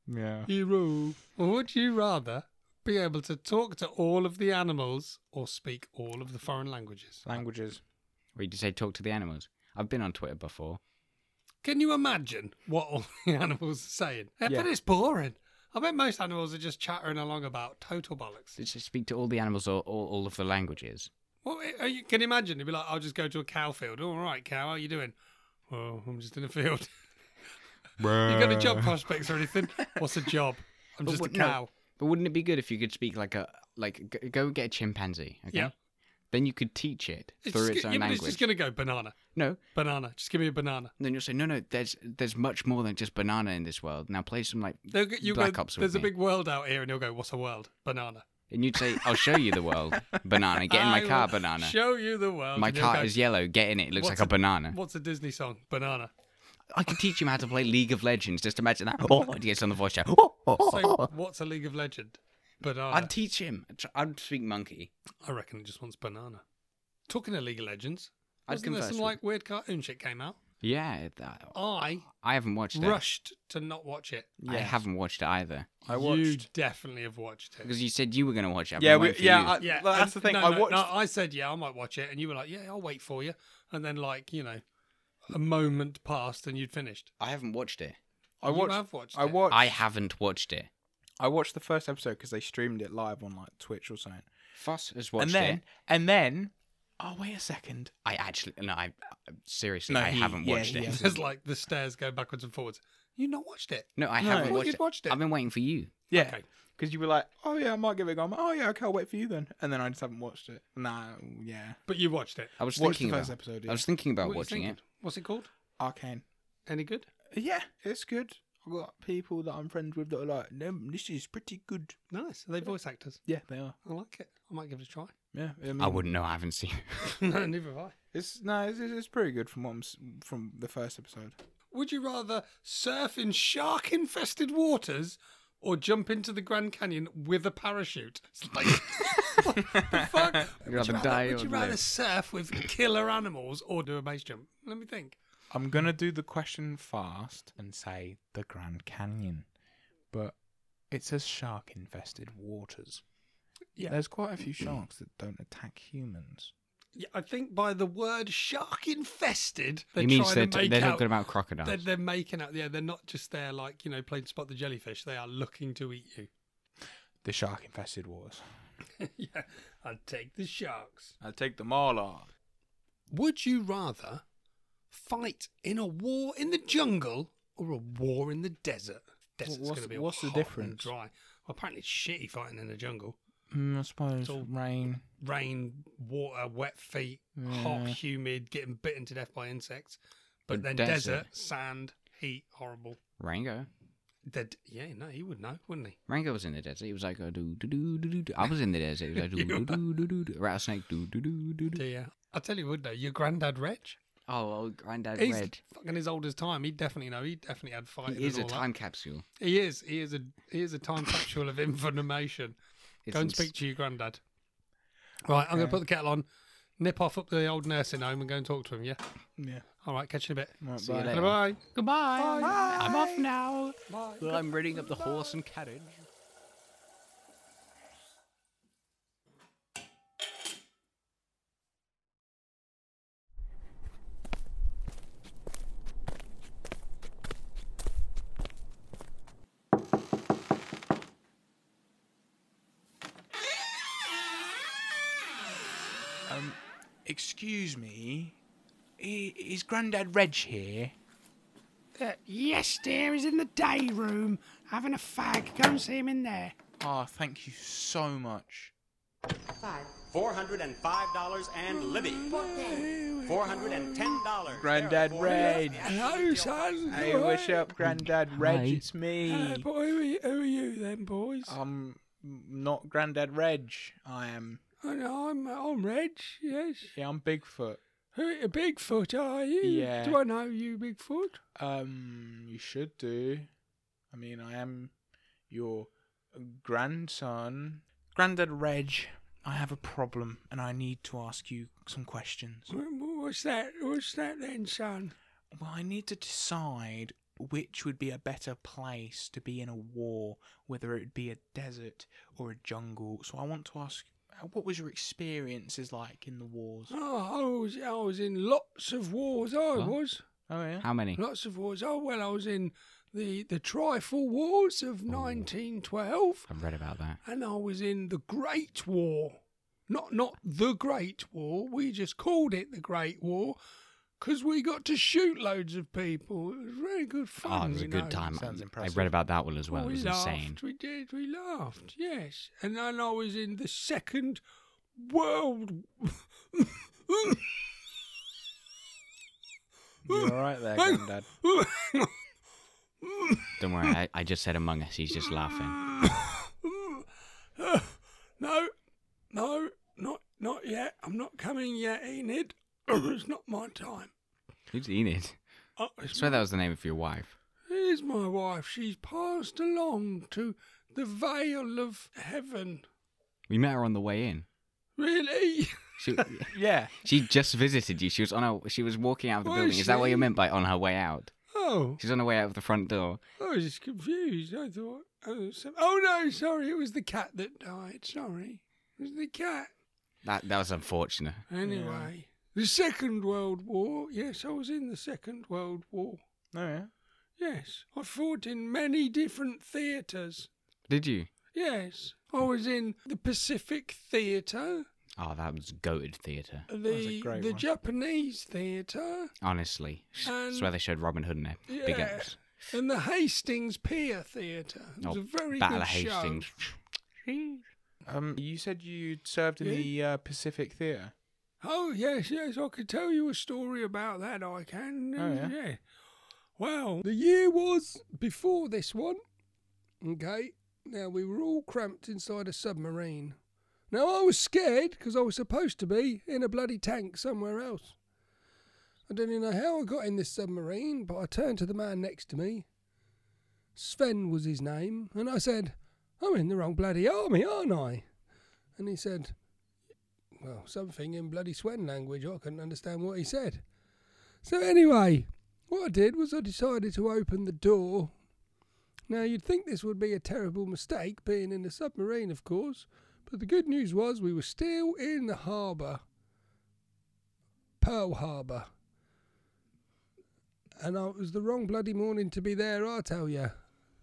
yeah.
Hero. Would you rather be able to talk to all of the animals or speak all of the foreign languages?
Languages.
Or you just say talk to the animals. I've been on Twitter before.
Can you imagine what all the animals are saying? I bet
Yeah.
it's boring. I bet most animals are just chattering along about total bollocks.
Just speak to all the animals or all, all of the languages.
Well, are you, can you imagine? It'd be like, I'll just go to a cow field. All right, cow, how are you doing? Well, I'm just in a field. you got any job prospects or anything? What's a job? I'm
Uh. But
just a
what- no.
cow.
But wouldn't it be good if you could speak like a like g- go get a chimpanzee? Okay.
Yeah.
Then you could teach it
It's
through
just,
its
go-
own
yeah, but
language.
it's just gonna go banana,
No,
banana. Just give me a banana.
then you'll say, no, no. There's there's much more than just banana in this world. Now play some like,
They'll go- you'll
Black
go,
Ops with
There's a
me.
big world out here, and you'll go, "What's a world? Banana."
and you'd say, I'll show you the world. Banana. Get in
I
my
will
car. Banana.
Show you the world.
my
and you'll
car
go,
is yellow. Get in it. It looks
"What's
like a banana.
What's a Disney song? Banana.
I could teach him how to play League of Legends. Just imagine that. Oh, he gets on the voice chat. Oh, oh,
Say,
oh.
what's a League of Legend? Banana.
I'd teach him. I'd tr- I'd speak monkey.
I reckon he just wants banana. Talking of League of Legends,
I'd
wasn't there
converse
some
with-
like weird cartoon shit came out?
Yeah, that,
I
I haven't watched it.
rushed to not watch it.
I haven't watched it either
I
You
watched.
definitely have watched it.
because you said you were going to watch it. I've
Yeah,
been
we,
waiting for
yeah,
you.
I,
Yeah,
like, that's the
and-
thing.
No,
I
no,
watched.
No, I said, yeah, I might watch it, and you were like, yeah, I'll wait for you. And then, like, you know, a moment passed, and you'd finished.
I haven't watched it.
I watched.
You have watched.
I
it.
watched.
I haven't watched it.
I watched the first episode because they streamed it live on like Twitch or something.
Fuss has watched
and then,
it.
and then, oh wait a second.
I actually no, I seriously,
No,
I
he-
haven't
yeah,
watched
he
it.
hasn't.
There's like the stairs go backwards and forwards. You not watched it?
No, I
No. I
haven't
thought
watched
you'd
it.
watched it.
I've been waiting for you.
Yeah,
Okay.
because you were like, oh yeah, I might give it a go. I'm like, oh yeah, okay, I'll wait for you then. And then I just haven't watched it. Nah, yeah.
But you watched it.
I was
Watched the
thinking
first
about.
episode,
I
yeah.
was thinking about
What you
watching it.
thinking? What's it called?
Arcane.
Any good?
Yeah, it's good. I've got people that I'm friends with that are like, no, this is pretty good.
Nice. Are they voice actors?
Yeah, they are.
I like it. I might give it a try.
Yeah, I, mean,
I wouldn't know. I haven't seen. it.
no, neither have I.
It's no, it's, it's it's pretty good from what I'm, s- from the first episode.
Would you rather surf in shark infested waters or jump into the Grand Canyon with a parachute? It's like, what the fuck? Would you
rather die
Would you
or
rather
live?
surf with killer animals or do a base jump? Let me think.
I'm gonna do the question fast and say the Grand Canyon, but it says shark-infested waters.
Yeah.
there's quite a few sharks that don't attack humans.
Yeah, I think by the word shark infested, they're
It means they're,
trying to
t-
make
they're
out.
talking about
they're,
crocodiles.
they're making out. Yeah, they're not just there like you know playing spot the jellyfish. They are looking to eat you.
The shark-infested waters.
yeah, I'd take the sharks.
I take them all on.
Would you rather fight in a war in the jungle or a war in the desert? Desert's
what's-
gonna be
what's the
hot and
difference?
Dry. Well, apparently, it's shitty fighting in the jungle.
Mm, I suppose
all-
rain.
Rain, water, wet feet, hot, humid, getting bitten to death by insects. But
The
then
desert.
desert. sand, heat, horrible.
Rango.
Dead. Yeah, no, he would know, wouldn't he?
Rango was in the desert. He was like, oh, do do do do do. do. I was in the desert. He was like, do do do do do. do. Rattlesnake, do do do do do.
Do you? I tell you, would know. Your granddad, Reg.
Oh, oh, Grandad
He's
Red.
fucking as old as time. He'd definitely know. He definitely had fighting.
He is a
and all
time capsule.
That. He is. He is a he is a time capsule of information.
It's
Go and
ins-
speak to your granddad. Right, I'm going to put the kettle on, nip off up to the old nursing home and go and talk to him, yeah?
Yeah.
All right, catch you in a bit.
Right,
See you
bye.
later.
Bye.
Goodbye.
Bye.
I'm off now. Well, I'm ridding up the horse and carriage.
Excuse me, i- is Grandad Reg here?
Uh, yes, dear, he's in the day room having a fag. Go and see him in there.
Ah, thank you so much.
$405 and Libby. $410.
Grandad Reg.
Hello, son.
Hey, what's up, Grandad Reg?
Hi.
It's me.
boy, who are, you, who are you then, boys?
Oh.
I'm not Grandad Reg. I am.
I'm, I'm Reg, yes.
Yeah, I'm Bigfoot.
Who, Bigfoot, are you?
Yeah. Do
I know you, Bigfoot?
Um, you should do. I mean, I am your grandson. Grandad Reg, I have a problem and I need to ask you some questions.
What's that? What's that then, son?
Well, I need to decide which would be a better place to be in a war, whether it would be a desert or a jungle. So I want to ask, uh, what was your experiences like in the wars?
Oh, I was, I was in lots of wars. I
What?
was
Oh yeah.
How many?
lots of wars. Oh well, I was in the the Trifle Wars
Oh.
of 1912,
I've read about that.
and I was in the Great War. Not not the Great War. We just called it the Great War because we got to shoot loads of people. It was really good fun.
Oh, it was a
you know.
good time.
sounds
I
impressive.
read about that one as well. It
we
was
laughed.
insane.
We did. We laughed. Yes. And then I was in the Second world.
You're all right there, Granddad.
Don't worry, I, I just said Among Us. He's just laughing.
no, no, not not yet. I'm not coming yet, Enid. it's not my time.
Who's Enid?
Uh,
I
it's
swear that was the name of your wife.
Here's my wife. She's passed along to the Vale of Heaven.
We met her on the way in.
Really?
She,
Yeah.
she just visited you. She was on her. She was walking out of the
Oh,
building. Is that what
she-
you meant by on her way out?
Oh,
She's on her way out of the front door.
I was just confused. I thought, oh, so- oh no, sorry, it was the cat that died. Sorry, it was the cat.
That that was unfortunate.
Anyway, the Second World War. Yes, I was in the Second World War.
Oh, yeah.
Yes, I fought in many different theatres.
Did you?
Yes, I was in the Pacific Theatre,
Oh, that was goated theatre.
was a
the
great
the
one.
Japanese Theatre,
Honestly, S-
And-
swear they showed Robin Hood in there. Big
Yeah.
ups.
and the Hastings Pier Theatre. It was
Oh,
a very
Battle
good
of Hastings.
show.
Um, you said you served in
Yeah.
the uh, Pacific Theatre.
Oh yes, yes, I could tell you a story about that. I can.
Oh, yeah?
Well, the year was before this one. Okay. Now we were all cramped inside a submarine. Now I was scared because I was supposed to be in a bloody tank somewhere else. I don't even know how I got in this submarine, but I turned to the man next to me. Sven was his name, and I said, "I'm in the wrong bloody army, aren't I?" And he said, well, something in bloody Swen language. I couldn't understand what he said. So anyway, what I did was I decided to open the door. Now you'd think this would be a terrible mistake, being in a submarine, of course, but the good news was we were still in the harbour, Pearl Harbour, and I, it was the wrong bloody morning to be there, I tell you.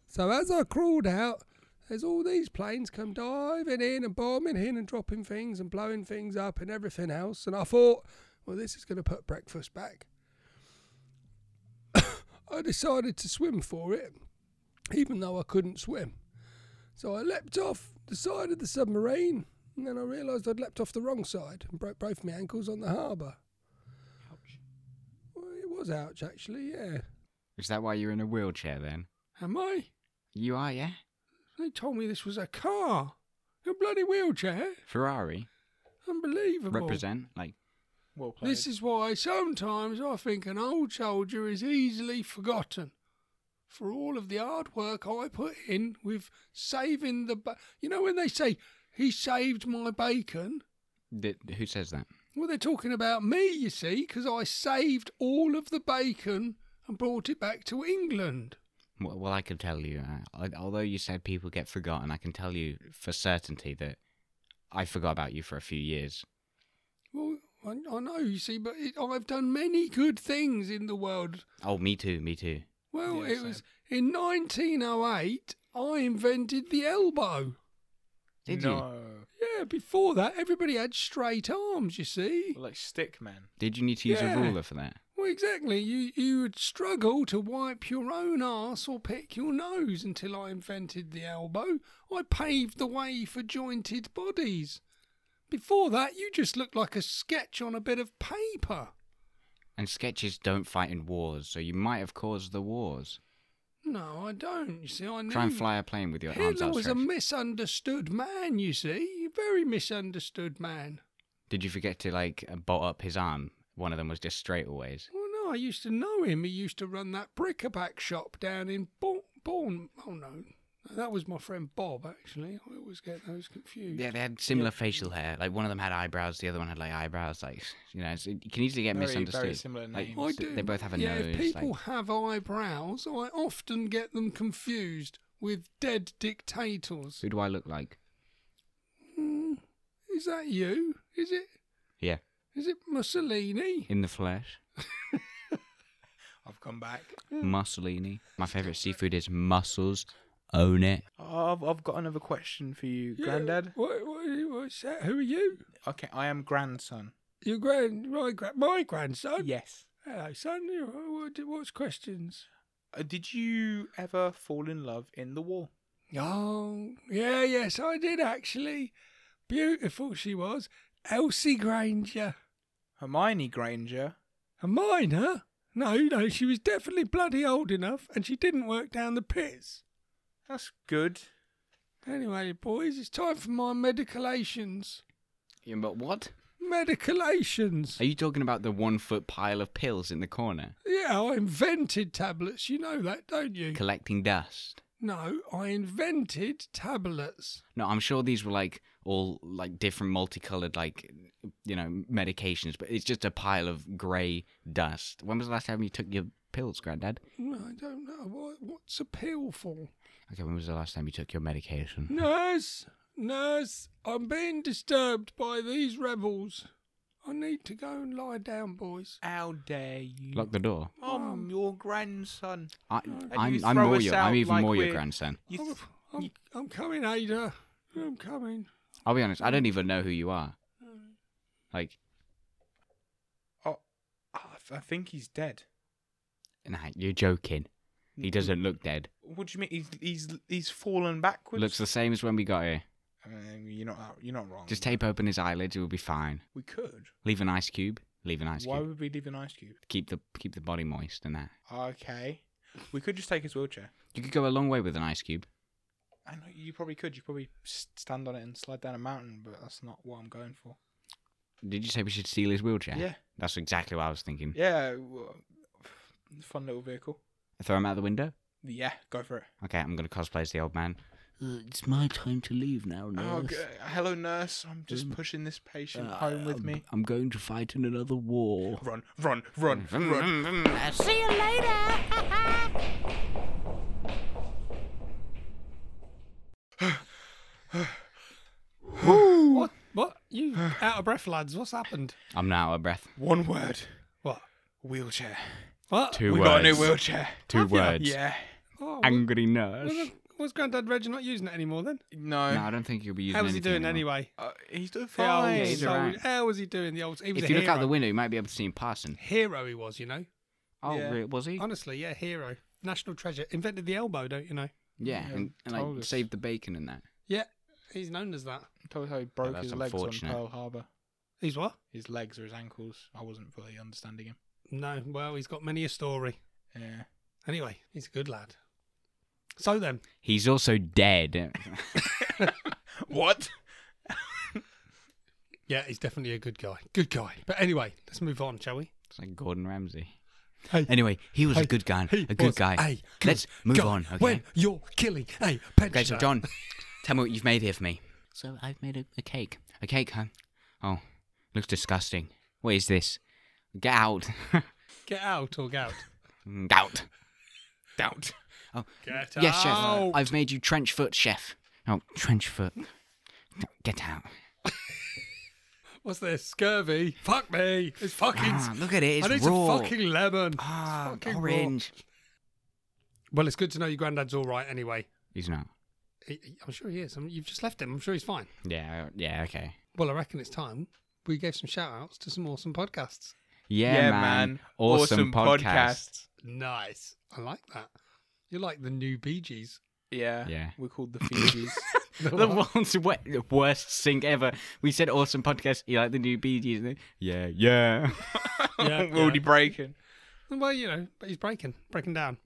So as I crawled out, there's all these planes come diving in and bombing in and dropping things and blowing things up and everything else. And I thought, well, this is going to put breakfast back. I decided to swim for it, even though I couldn't swim. So I leapt off the side of the submarine, and then I realised I'd leapt off the wrong side and broke both my ankles on the harbour. Ouch. Well, it was ouch, actually, yeah.
Is that why you're in a wheelchair then?
Am I?
You are, yeah.
They told me this was a car, a bloody wheelchair.
Ferrari
Unbelievable.
represent like
Well played.
This is why sometimes I think an old soldier is easily forgotten. For all of the hard work I put in with saving the. Ba- you know, when they say, he saved my bacon,
th- who says that?
well, they're talking about me, you see, because I saved all of the bacon and brought it back to England.
Well, well I can tell you, uh, al- although you said people get forgotten, I can tell you for certainty that I forgot about you for a few years.
Well, I, I know, you see, but it, I've done many good things in the world.
Oh, me too, me too.
Well,
Yeah,
it was in 1908 I invented the elbow.
Did you?
no.
Yeah, before that everybody had straight arms, you see.
Like stick man.
Did you need to use
Yeah.
a ruler for that?
Well, exactly. You you would struggle to wipe your own arse or pick your nose until I invented the elbow. I paved the way for jointed bodies. Before that, you just looked like a sketch on a bit of paper.
And sketches don't fight in wars, so you might have caused the wars.
No, I don't. You see, I knew
Try and fly a plane with your arms
Mm. Hitler was a
outstretched.
misunderstood man. You see, very misunderstood man.
Did you forget to like uh, bolt up his arm? One of them was just straightaways.
Well, no, I used to know him. He used to run that bric-a-brac shop down in Bourne. Bourne. Oh no, that was my friend Bob. Actually, I always get those confused.
Yeah, they had similar facial hair. Like one of them had eyebrows, the other one had like eyebrows. Like you know, it's, you can easily get
Very- very
misunderstood.
similar
Like,
names.
I
th-
do.
They both have a
yeah,
nose.
if people
like-
have eyebrows, I often get them confused with dead dictators.
who do I look like?
Hmm, is that you? Is it?
Yeah,
Is it Mussolini?
in the flesh.
I've come back.
Mussolini. My favorite seafood is mussels. Own it.
I've, I've got another question for you,
Yeah,
Granddad.
What, what, what's that? Who are you?
Okay, I am grandson.
Your grand, my, gra- my grandson.
Yes.
Hello, son. You- What, what's questions?
Uh, did you ever fall in love in the war?
Oh, yeah, yes, I did actually. Beautiful she was. Elsie Granger.
Hermione Granger.
A minor? No, no, she was definitely bloody old enough and she didn't work down the pits.
That's good.
Anyway, boys, it's time for my medicalations.
Yeah, but what?
Medicalations.
Are you talking about the one foot pile of pills in the corner?
Yeah, I invented tablets. You know that, don't you?
Collecting dust.
No, I invented tablets.
No, I'm sure these were like all like different multicolored like you know medications, but it's just a pile of grey dust. When was the last time you took your pills, Granddad?
No, I don't know. What, what's a pill for?
Okay, when was the last time you took your medication?
Nurse, nurse, I'm being disturbed by these rebels. I need to go and lie down, boys.
How dare you?
Lock the door.
I'm your grandson.
I,
you
I'm, I'm
throw
more
us
your,
out
I'm even
like
more your
we're-
grandson.
You
I'm,
th-
I'm, I'm coming, Ada. I'm coming.
I'll be honest, I don't even know who you are.
Hmm.
Like,
oh, oh, I th- I think he's dead.
nah, you're joking. He doesn't look dead.
What do you mean? He's he's he's fallen backwards.
Looks the same as when we got here.
Um, you're not out- you're not wrong.
Just tape open his eyelids; it will be fine.
we could.
Leave an ice cube. Leave an ice
Why
cube.
would we leave an ice cube?
Keep the keep the body moist and that.
Okay. We could just take his wheelchair.
You could go a long way with an ice cube.
I know you probably could. You probably s- stand on it and slide down a mountain, but that's not what I'm going for.
Did you say we should steal his wheelchair?
Yeah.
That's exactly what I was thinking.
Yeah. w- Fun little vehicle.
Throw him out the window.
Yeah, go for it.
Okay, I'm gonna cosplay as the old man. it's my time to leave now.
Oh, g- hello, nurse. I'm just pushing this patient home with me.
Um, uh, I'm going to fight in another war. Mm-hmm.
Run, run, run, run.
See you later.
What? What? You out of breath, lads? What's happened?
I'm now out of breath.
One word.
What?
Wheelchair.
What?
Two
we
words.
got a new wheelchair.
Two words.
Yeah.
Oh,
Angry nurse.
was, was Granddad Reggie not using it anymore then?
No.
No, I don't think you'll be using.
How was he
anything
doing
anymore.
anyway?
Uh, he's doing
The old
fine.
he's
soul-
alright.
How was he doing? The old. He was
If
a
you look out
hero.
the window, you might be able to see him passing.
hero he was, you know.
Oh,
Yeah.
really? was he?
Honestly, yeah, hero. National treasure. Invented the elbow, don't you know?
Yeah,
Yeah,
and, and
told
like
us.
saved the bacon and that.
Yeah, he's known as that.
Tell us how he broke
that's
his legs on
unfortunate.
Pearl Harbor.
He's what?
His legs or his ankles. I wasn't fully understanding him.
No, well, he's got many a story.
Yeah.
Anyway, he's a good lad. So then,
He's also dead.
What?
yeah, he's definitely a good guy. Good guy. But anyway, let's move on, shall we?
it's like Gordon Ramsay.
Hey,
Anyway, he was
Hey,
a good guy.
he
A good
was
guy.
a good
Let's move
guy.
on. Okay.
When you're killing a pensioner.
Okay, so John, tell me what you've made here for me. So I've made a, a cake. A cake, huh? Oh, looks disgusting. What is this? Get out.
Get out or gout.
Get out.
Doubt.
Oh,
Get
yes, chef.
out.
I've made you trench foot, chef. Oh, trench foot. Get out.
What's this? Scurvy? Fuck me. It's fucking.
Ah, look at it. It's
I need
raw.
some fucking lemon.
ah,
fucking raw.
orange.
Well, it's good to know your granddad's all right anyway.
He's not.
He- he- I'm sure he is. I mean, you've just left him. I'm sure he's fine.
Yeah. I- Yeah. Okay.
Well, I reckon it's time we gave some shout outs to some awesome podcasts.
Yeah, man. Awesome, podcast.
Nice. I like that. You like the new Bee Gees.
Yeah.
Yeah.
We're called the Fugees.
The world's we- worst sync ever. We said awesome podcast. You like the new Bee Gees? and then, Yeah, yeah.
Yeah,
We're already breaking.
Well, you know, but he's breaking, breaking down.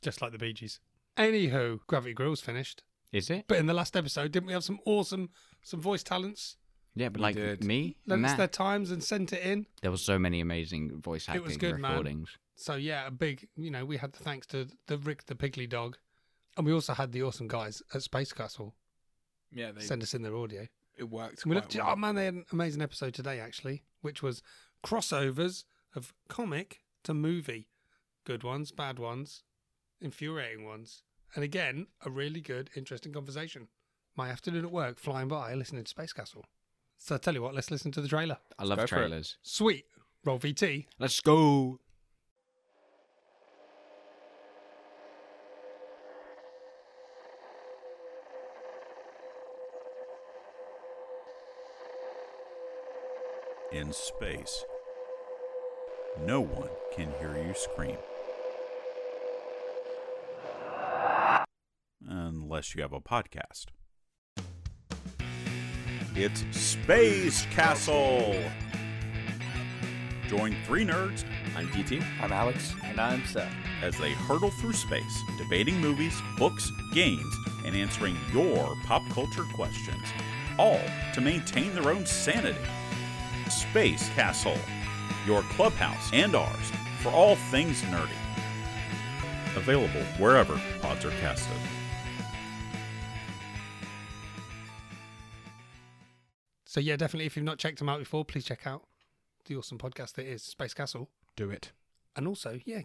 Just like the Bee Gees. Anywho, Gravity Grill's finished.
Is it?
But in the last episode, didn't we have some awesome, some voice talents?
Yeah, but
You
like
did.
me
Lent
and
us
that.
their times and sent it in.
There was so many amazing voice
It
acting
was good, man.
recordings.
So yeah, a big, you know, we had the thanks to the Rick the Piggly Dog. And we also had the awesome guys at Space Castle
Yeah, they,
send us in their audio.
it worked.
We
quite
looked, oh
well.
man, they had an amazing episode today actually, which was crossovers of comic to movie, good ones, bad ones, infuriating ones, and again a really good, interesting conversation. My afternoon at work, flying by, listening to Space Castle. So I tell you what, let's listen to the trailer.
I love
go for it.
trailers.
Sweet, roll VT.
Let's go.
in space. No one can hear you scream. Unless you have a podcast. It's Space Castle. Join three nerds
I'm DT. I'm Alex. And I'm Seth.
as they hurtle through space, debating movies, books, games, and answering your pop culture questions, all to maintain their own sanity. Space Castle, your clubhouse and ours for all things nerdy. Available wherever pods are casted.
So yeah, definitely. If you've not checked them out before, please check out the awesome podcast that is Space Castle.
Do it.
And also, yeah,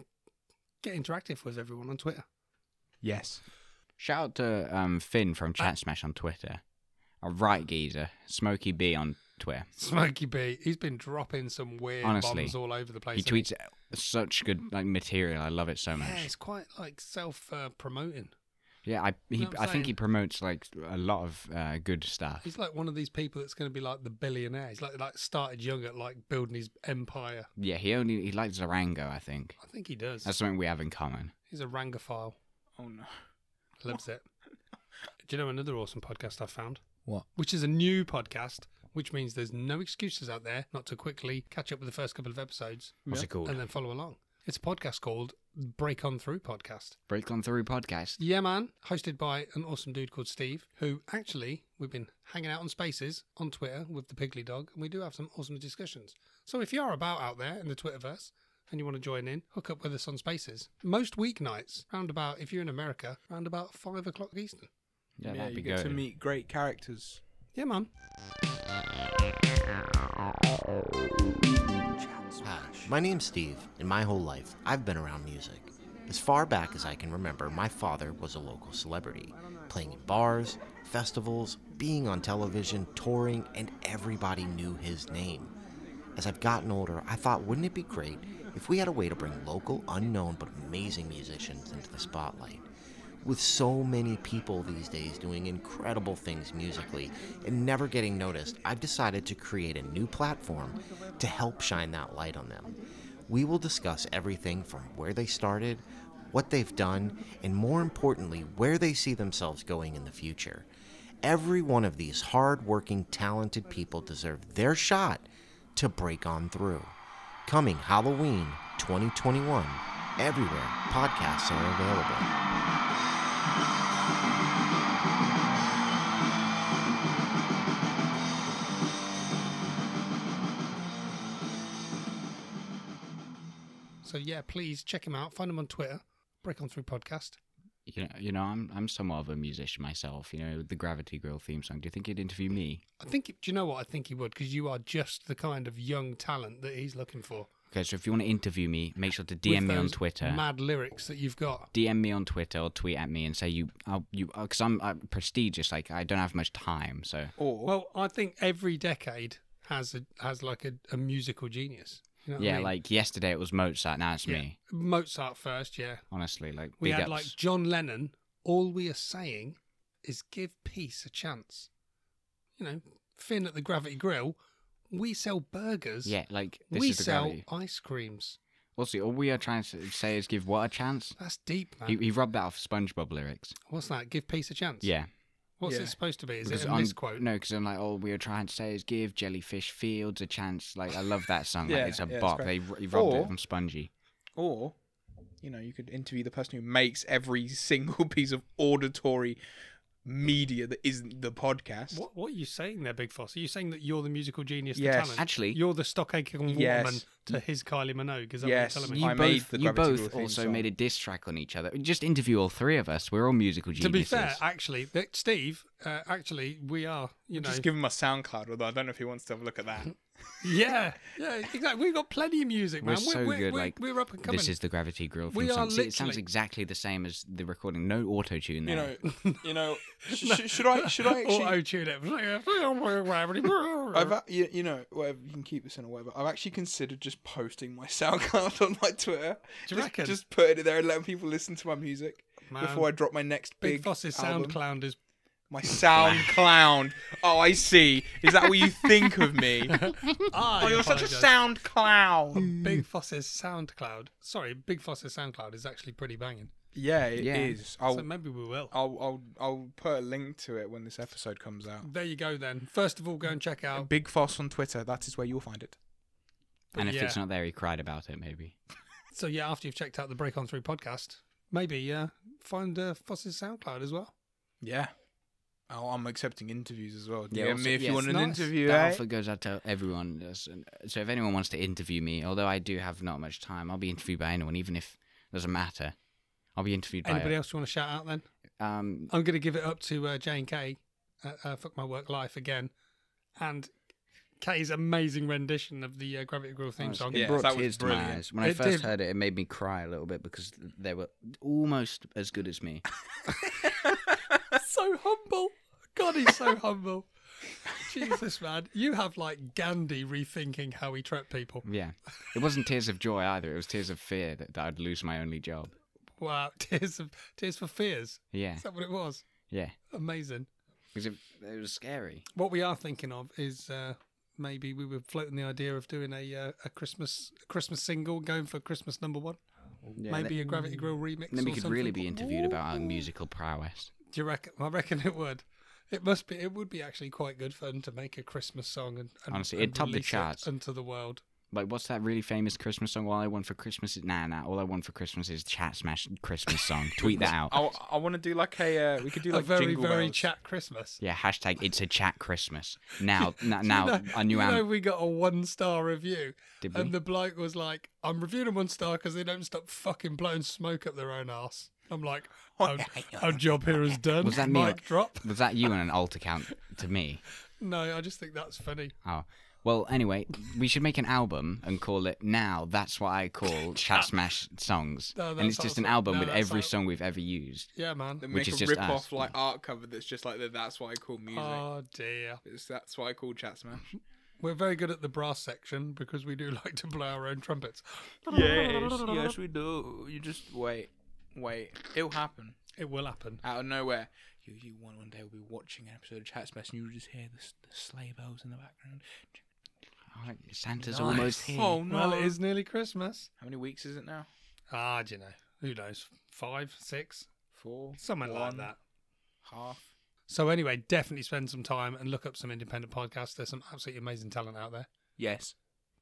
get interactive with everyone on Twitter.
Yes.
Shout out to um, Finn from Chat Smash on Twitter. A right geezer, Smokey B on Twitter.
Smokey B, he's been dropping some weird
Honestly,
bombs all over the place.
He
hasn't
tweets such good like material. I love it so
Yeah,
much.
it's quite like self uh, promoting.
Yeah, I he,
Know what
I
I'm
think he
saying?
promotes like a lot of uh, good stuff.
He's like one of these people that's going to be like the billionaire. He's like like started young at like building his empire.
Yeah, he only he likes Zarango. I think
I think he does.
that's something we have in common.
he's a rangophile.
Oh no.
Loves it. Do you know another awesome podcast I found?
What?
Which is a new podcast, which means there's no excuses out there not to quickly catch up with the first couple of episodes
What's it called?
and then follow along. It's a podcast called Break On Through Podcast.
Break on through podcast.
Yeah, man. Hosted by an awesome dude called Steve, who actually we've been hanging out on spaces on Twitter with the Piggly Dog, and we do have some awesome discussions. So if you are about out there in the Twitterverse and you want to join in, hook up with us on spaces. Most weeknights, round about, if you're in America, round about five o'clock Eastern.
Yeah,
Yeah,
that'd
you
be
get
good.
to meet great characters.
Yeah, man.
Hi, my name's Steve, and my whole life I've been around music. As far back as I can remember, my father was a local celebrity, playing in bars, festivals, being on television, touring, and everybody knew his name. As I've gotten older, I thought, wouldn't it be great if we had a way to bring local, unknown, but amazing musicians into the spotlight? With so many people these days doing incredible things musically and never getting noticed, I've decided to create a new platform to help shine that light on them. We will discuss everything from where they started, what they've done, and more importantly, where they see themselves going in the future. Every one of these hard-working, talented people deserve their shot to break on through. Coming Halloween 2021, everywhere podcasts are available.
So yeah, please check him out. Find him on Twitter. Break on through podcast.
You know, you know, I'm I'm somewhat of a musician myself. You know, the Gravity Grill theme song. Do you think he'd interview me?
I think. Do you know what? I think he would because you are just the kind of young talent that he's looking for.
Okay, so if you want to interview me, make sure to
With
DM me on
those
Twitter.
Mad lyrics that you've got.
DM me on Twitter or tweet at me and say you, I'll, you, because I'm uh, prestigious. Like I don't have much time, so
Or
Well, I think every decade has a has like a, a musical genius. You know what I
yeah.
mean?
Like yesterday it was Mozart, now it's
Yeah.
me.
Mozart first, yeah.
Honestly, like
We
big
had
ups.
like John Lennon. All we are saying is give peace a chance. You know, Finn at the Gravity Grill, we sell burgers.
yeah, like this
we
is the
sell
gravity.
ice creams.
Also, all we are trying to say is give what a chance.
That's deep, man.
He, he rubbed that off SpongeBob lyrics.
What's that? Give peace a chance.
Yeah,
What's
Yeah.
it supposed to be? Is it a
I'm-
misquote?
No, because I'm like, all we are trying to say is give Jellyfish Fields a chance. Like I love that song.
Yeah,
like, it's a
yeah, it's
bop. they
great.
he robbed it
Or-
from Spongy.
or you know you could interview the person who makes every single piece of auditory media that isn't the podcast
What, what are you saying there, Big Foss? Are you saying that you're the musical genius,
Yes.
the talent?
Actually-
you're the stock Aitken Waterman
Yes.
to his Kylie Minogue. Is that
Yes.
what you're telling me?
You
I
both,
made the
you
Gravity Girl
both
theme
also
song.
made a diss track on each other. Just interview all three of us. We're all musical geniuses.
to be fair, actually, that Steve, uh, actually, we are. You know,
just give him a soundcloud although i don't know if he wants to have a look at that
yeah, yeah, exactly. We've got plenty of music,
we're
man.
so
we're,
good.
We're,
like
we're up and coming.
This is the Gravity Grill theme
We
song.
are
See, it sounds
literally-
exactly the same as the recording. No auto tune
you
there.
know you know sh- sh- should i should i actually
auto tune it.
I've a- you, you know whatever you can keep this in or whatever. I've actually considered just posting my SoundCloud on my Twitter.
Do you
just,
reckon?
Just putting it there and letting people listen to my music before I drop my next big,
Big Foss's
album.
SoundCloud is
My SoundCloud. oh, I see. Is that what you think of me?
I
oh, you're such a
apologise.
SoundCloud.
Big Foss's SoundCloud. Sorry, Big Foss's SoundCloud is actually pretty banging.
Yeah, it
Yeah.
is. I'll,
So maybe we will.
I'll I'll I'll put a link to it when this episode comes out.
There you go then. First of all, go and check out.
Big Foss on Twitter. That is where you'll find it.
And if
yeah.
it's not there, he cried about it. Maybe.
So yeah, after you've checked out the Break On Through podcast, maybe uh, find uh, Foss's SoundCloud as well.
Yeah. Oh, I'm accepting interviews as well.
Yeah,
Yeah,
also-
me if
yeah,
you want
it's
an
nice.
interview,
That
eh?
offer goes out to everyone. Yes, and- uh, So if anyone wants to interview me, although I do have not much time, I'll be interviewed by anyone, even if it doesn't matter. I'll be interviewed by
Anybody else you want to shout out then?
um
I'm going to give it up to uh, Jane K. Uh, uh, Fuck my work life again, and Kay's amazing rendition of the uh, Gravity Grill theme song.
It
Yeah,
brought
that
tears
was
to my
brilliant.
eyes. When I
It
first
did.
heard it, it made me cry a little bit because they were almost as good as me.
so humble. God, he's so humble. Jesus, man, you have like Gandhi rethinking how we treat people.
Yeah. It wasn't tears of joy either. It was tears of fear that, that I'd lose my only job.
Wow, tears of tears for fears.
Yeah.
Is that what it was?
Yeah.
Amazing.
Because it, it was scary.
What we are thinking of is uh, maybe we were floating the idea of doing a uh, a Christmas a Christmas single, going for Christmas number one.
Yeah,
maybe
then-
a Gravity Grill remix.
Then we
or
could
something.
really be interviewed about our musical prowess.
Do you reckon? I reckon it would. It must be. It would be actually quite good fun to make a Christmas song and, and
Honestly,
and
it'd top the
release
charts.
it into the world.
Like, what's that really famous Christmas song? All I want for Christmas is nah, nah. All I want for Christmas is chat smash Christmas song. Tweet that
Oh.
out.
I, I want to do like a. Uh, we could do like
a very
jingle
very
bells.
chat Christmas.
Yeah, hashtag it's a chat Christmas. Now, na- now,
you know,
I knew
you
Am-
know we got a one star review,
Did we?
and the bloke was like, "I'm reviewing a one star because they don't stop fucking blowing smoke up their own ass." I'm like, "Our, our job here is done."
Was that me?
mic drop?
Was that you on an alt account to me?
No, I just think that's funny.
Oh. Well, anyway, we should make an album and call it Now That's What I Call Chat Smash Songs.
No,
and
that
it's just an
sounds-
album
no,
with
that
every
sounds-
song we've ever used.
Yeah, man.
Then
which is
make a
just
rip
us.
off like art cover that's just like the, that's what I call music.
Oh dear.
It's, that's what I call chat smash.
We're very good at the brass section because we do like to blow our own trumpets.
yes, yes, we do. You just wait, wait. It'll happen
It will happen.
out of nowhere. You, you one one day will be watching an episode of chat smash and you'll just hear the, s- the sleigh bells in the background.
Oh, Santa's almost here.
Oh no!
Well, it is nearly Christmas.
How many weeks is it now?
Ah, do you know? Who knows? Five, six,
Four.
something like
one,
that.
Half.
So anyway, definitely spend some time and look up some independent podcasts. There's some absolutely amazing talent out there.
Yes.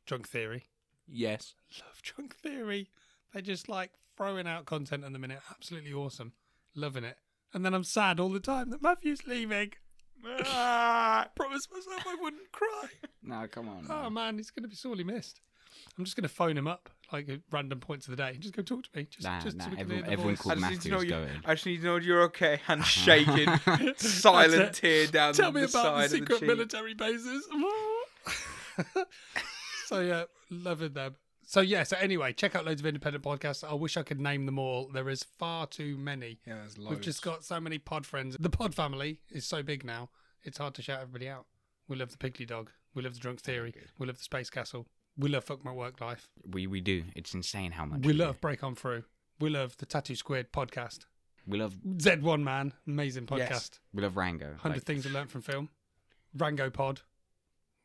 Drunk Theory.
Yes.
Love Drunk Theory. They're just like throwing out content in the minute. Absolutely awesome. Loving it. And then I'm sad all the time that Matthew's leaving. Ah, Promise myself I wouldn't cry.
No, come on.
Oh man, he's going to be sorely missed. I'm just going to phone him up like at random points of the day and just go talk to me. Just,
Nah,
just
nah,
so we can
everyone-
hear the
everyone
voice.
call- Well,
I just, need
Matthew's
to know you,
going.
I just need to know you're okay. Hand shaking, silent
That's it.
tear down
Tell me
the
about the
side
secret
of the cheek.
military bases. so yeah, loving them. So yeah, so anyway, check out loads of independent podcasts. I wish I could name them all. There is far too many.
Yeah, there's
We've just got so many pod friends. The pod family is so big now, it's hard to shout everybody out. We love the Piggly Dog. We love the Drunk Theory. We love the Space Castle. We love Fuck My Work Life.
We we do. It's insane how much
We
do.
love Break On Through. We love the Tattoo Squid podcast.
we love
Z1 Man, amazing podcast.
Yes.
we love Rango.
100
Like,
Things I Learned from Film. Rango Pod.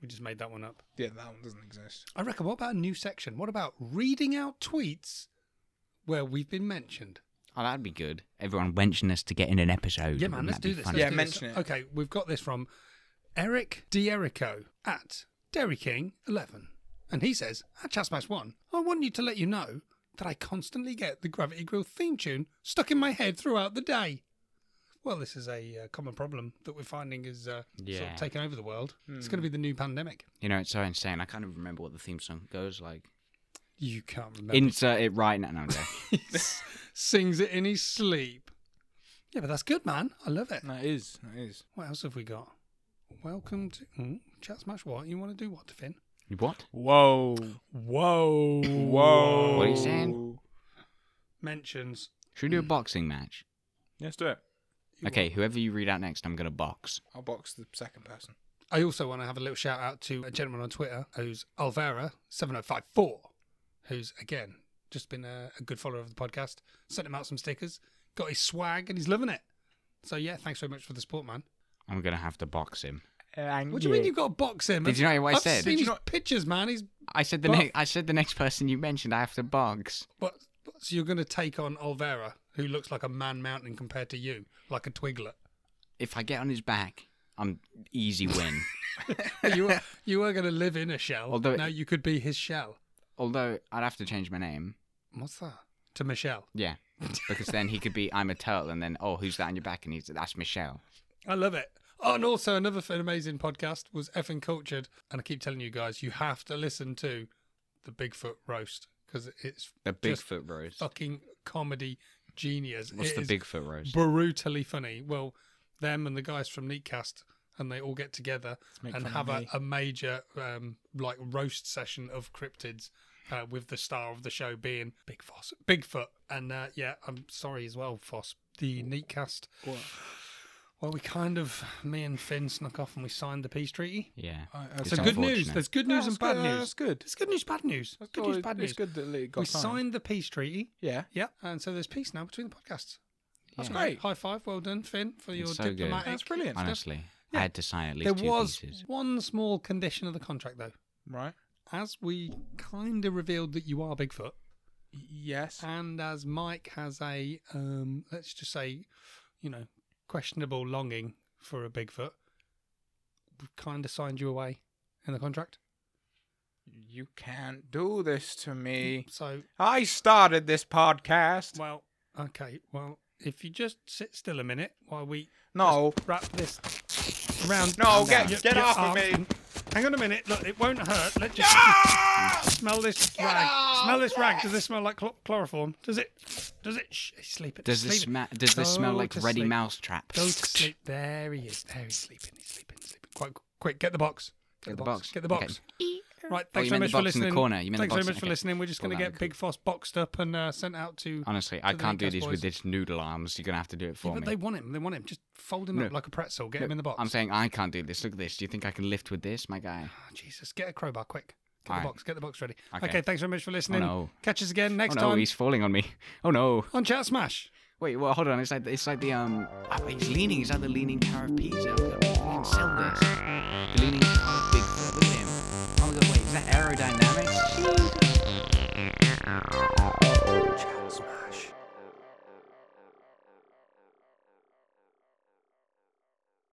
We just made that one up.
Yeah, that one doesn't exist.
I reckon, what about a new section? What about reading out tweets where we've been mentioned?
Oh, that'd be good. Everyone mention us to get in an episode.
Yeah, man,
Wouldn't
let's
that be
do this.
fun?
let's
Yeah,
do
mention
this.
it.
Okay, we've got this from Eric Dierico at Derry King 11. And he says, at Chat Smash 1, I want you to let you know that I constantly get the Gravity Grill theme tune stuck in my head throughout the day. Well, this is a uh, common problem that we're finding is uh, sort
Yeah.
of taking over the world. It's
Hmm.
going to be the new pandemic.
You know, it's so insane. I can't even remember what the theme song goes like.
You can't remember.
Insert it right now. No, no.
Sings it in his sleep. Yeah, but that's good, man. I love it.
That is. That is.
What else have we got? Welcome to mm, Chat Smash. What you want to do? What to Finn?
what?
Whoa.
Whoa,
Whoa.
What are you saying?
Mentions.
Should we do a boxing match?
Let's do it.
okay, whoever you read out next, I'm gonna box.
I'll box the second person.
I also want to have a little shout out to a gentleman on Twitter who's Alvera seven zero five four, who's again just been a, a good follower of the podcast. Sent him out some stickers, got his swag, and he's loving it. So yeah, thanks very much for the support, man.
I'm gonna have to box him.
Uh,
What do you mean you've got to box him?
Did you know what I
I've
said?
Seen
Did you
his pictures, man. He's
I said the
Box.
next. I said the next person you mentioned, I have to box.
But, but- so you're going to take on Olvera, who looks like a man mountain compared to you, like a twiglet.
If I get on his back, I'm easy win.
you were, you were going to live in a shell.
Although it-
now you could be his shell.
Although I'd have to change my name.
What's that? To Michelle.
Yeah. Because then he could be I'm a turtle and then oh who's that on your back and he's that's Michelle.
I love it. Oh, and also another f- amazing podcast was effing cultured, and I keep telling you guys, you have to listen to the Bigfoot roast because it's
The
just
Bigfoot Rose.
fucking comedy genius.
What's
It
the
is
Bigfoot Rose?
brutally funny. Well, them and the guys from Neatcast, and they all get together and
fun of
have a,
me.
a major um, like roast session of cryptids, uh, with the star of the show being Big Foss, Bigfoot, and uh, yeah, I'm sorry as well, Foss. The Neatcast. Well, we kind of me and Finn snuck off and we signed the peace treaty.
yeah.
Uh, So good news.
unfortunate.
There's good news
That's
and bad
good,
news.
that's good.
There's good news, bad news. good news, bad news.
Oh, It's good that it got
we
signed.
signed the peace treaty.
Yeah.
Yeah, and so there's peace now between the podcasts. That's
Yeah.
great. High five. Well done, Finn, for your
It's so good.
diplomatic.
That's brilliant.
Honestly.
Yeah.
I had to sign at least
There
two
was
pieces.
one small condition of the contract, though.
Right.
As we kind of revealed that you are Bigfoot,
Y- Yes.
and as Mike has a, um, let's just say, you know, questionable longing for a Bigfoot, we've kind of signed you away in the contract.
You can't do this to me.
So,
I started this podcast.
well, okay, well, if you just sit still a minute while we
No.
wrap this round.
No,
Yeah,
get- get off of
arm.
me.
Hang on a minute. Look, it won't hurt. Let's just smell this rag. Smell this rag. Does this smell like chlor- chloroform? Does it? Does it? Shh, he's sleeping.
Does
sleeping.
this ma- does this smell
Go
like
to
Ready
sleep.
Mouse Trap?
Go to sleep. There he is. There he's sleeping. He's sleeping. Sleeping. Quite quick. Get the box.
Get the box.
Get the
Okay. Oh,
box. Right. Thanks
you
very much
meant
for
the box in the
listening.
corner. You meant the
Thanks very
box in-
much for
okay.
listening. We're just
Pull
going to
that
get
out.
Big Foss boxed up and uh, sent out to.
Honestly,
to
I
the
can't do
Newcastle
these
boys.
with this noodle arms. You're gonna have to do it for
Yeah, but
me.
they want him. They want him. Just fold him up
No.
like a pretzel. Get
No,
him in the box.
I'm saying I can't do this. Look at this. Do you think I can lift with this, my guy?
Oh, Jesus, get a crowbar quick. Get the
Alright.
box. Get the box ready. Okay.
Okay. Oh,
thanks very much for listening.
no.
Catch us again next
oh no,
time
he's falling on me. Oh no.
on Chat Smash.
Wait, well, hold on. It's like it's like the um. oh, He's leaning. He's like the leaning tower of Pisa. We can sell this. The leaning tower of Bigfoot. Look at him. Oh my god, wait, is that aerodynamics?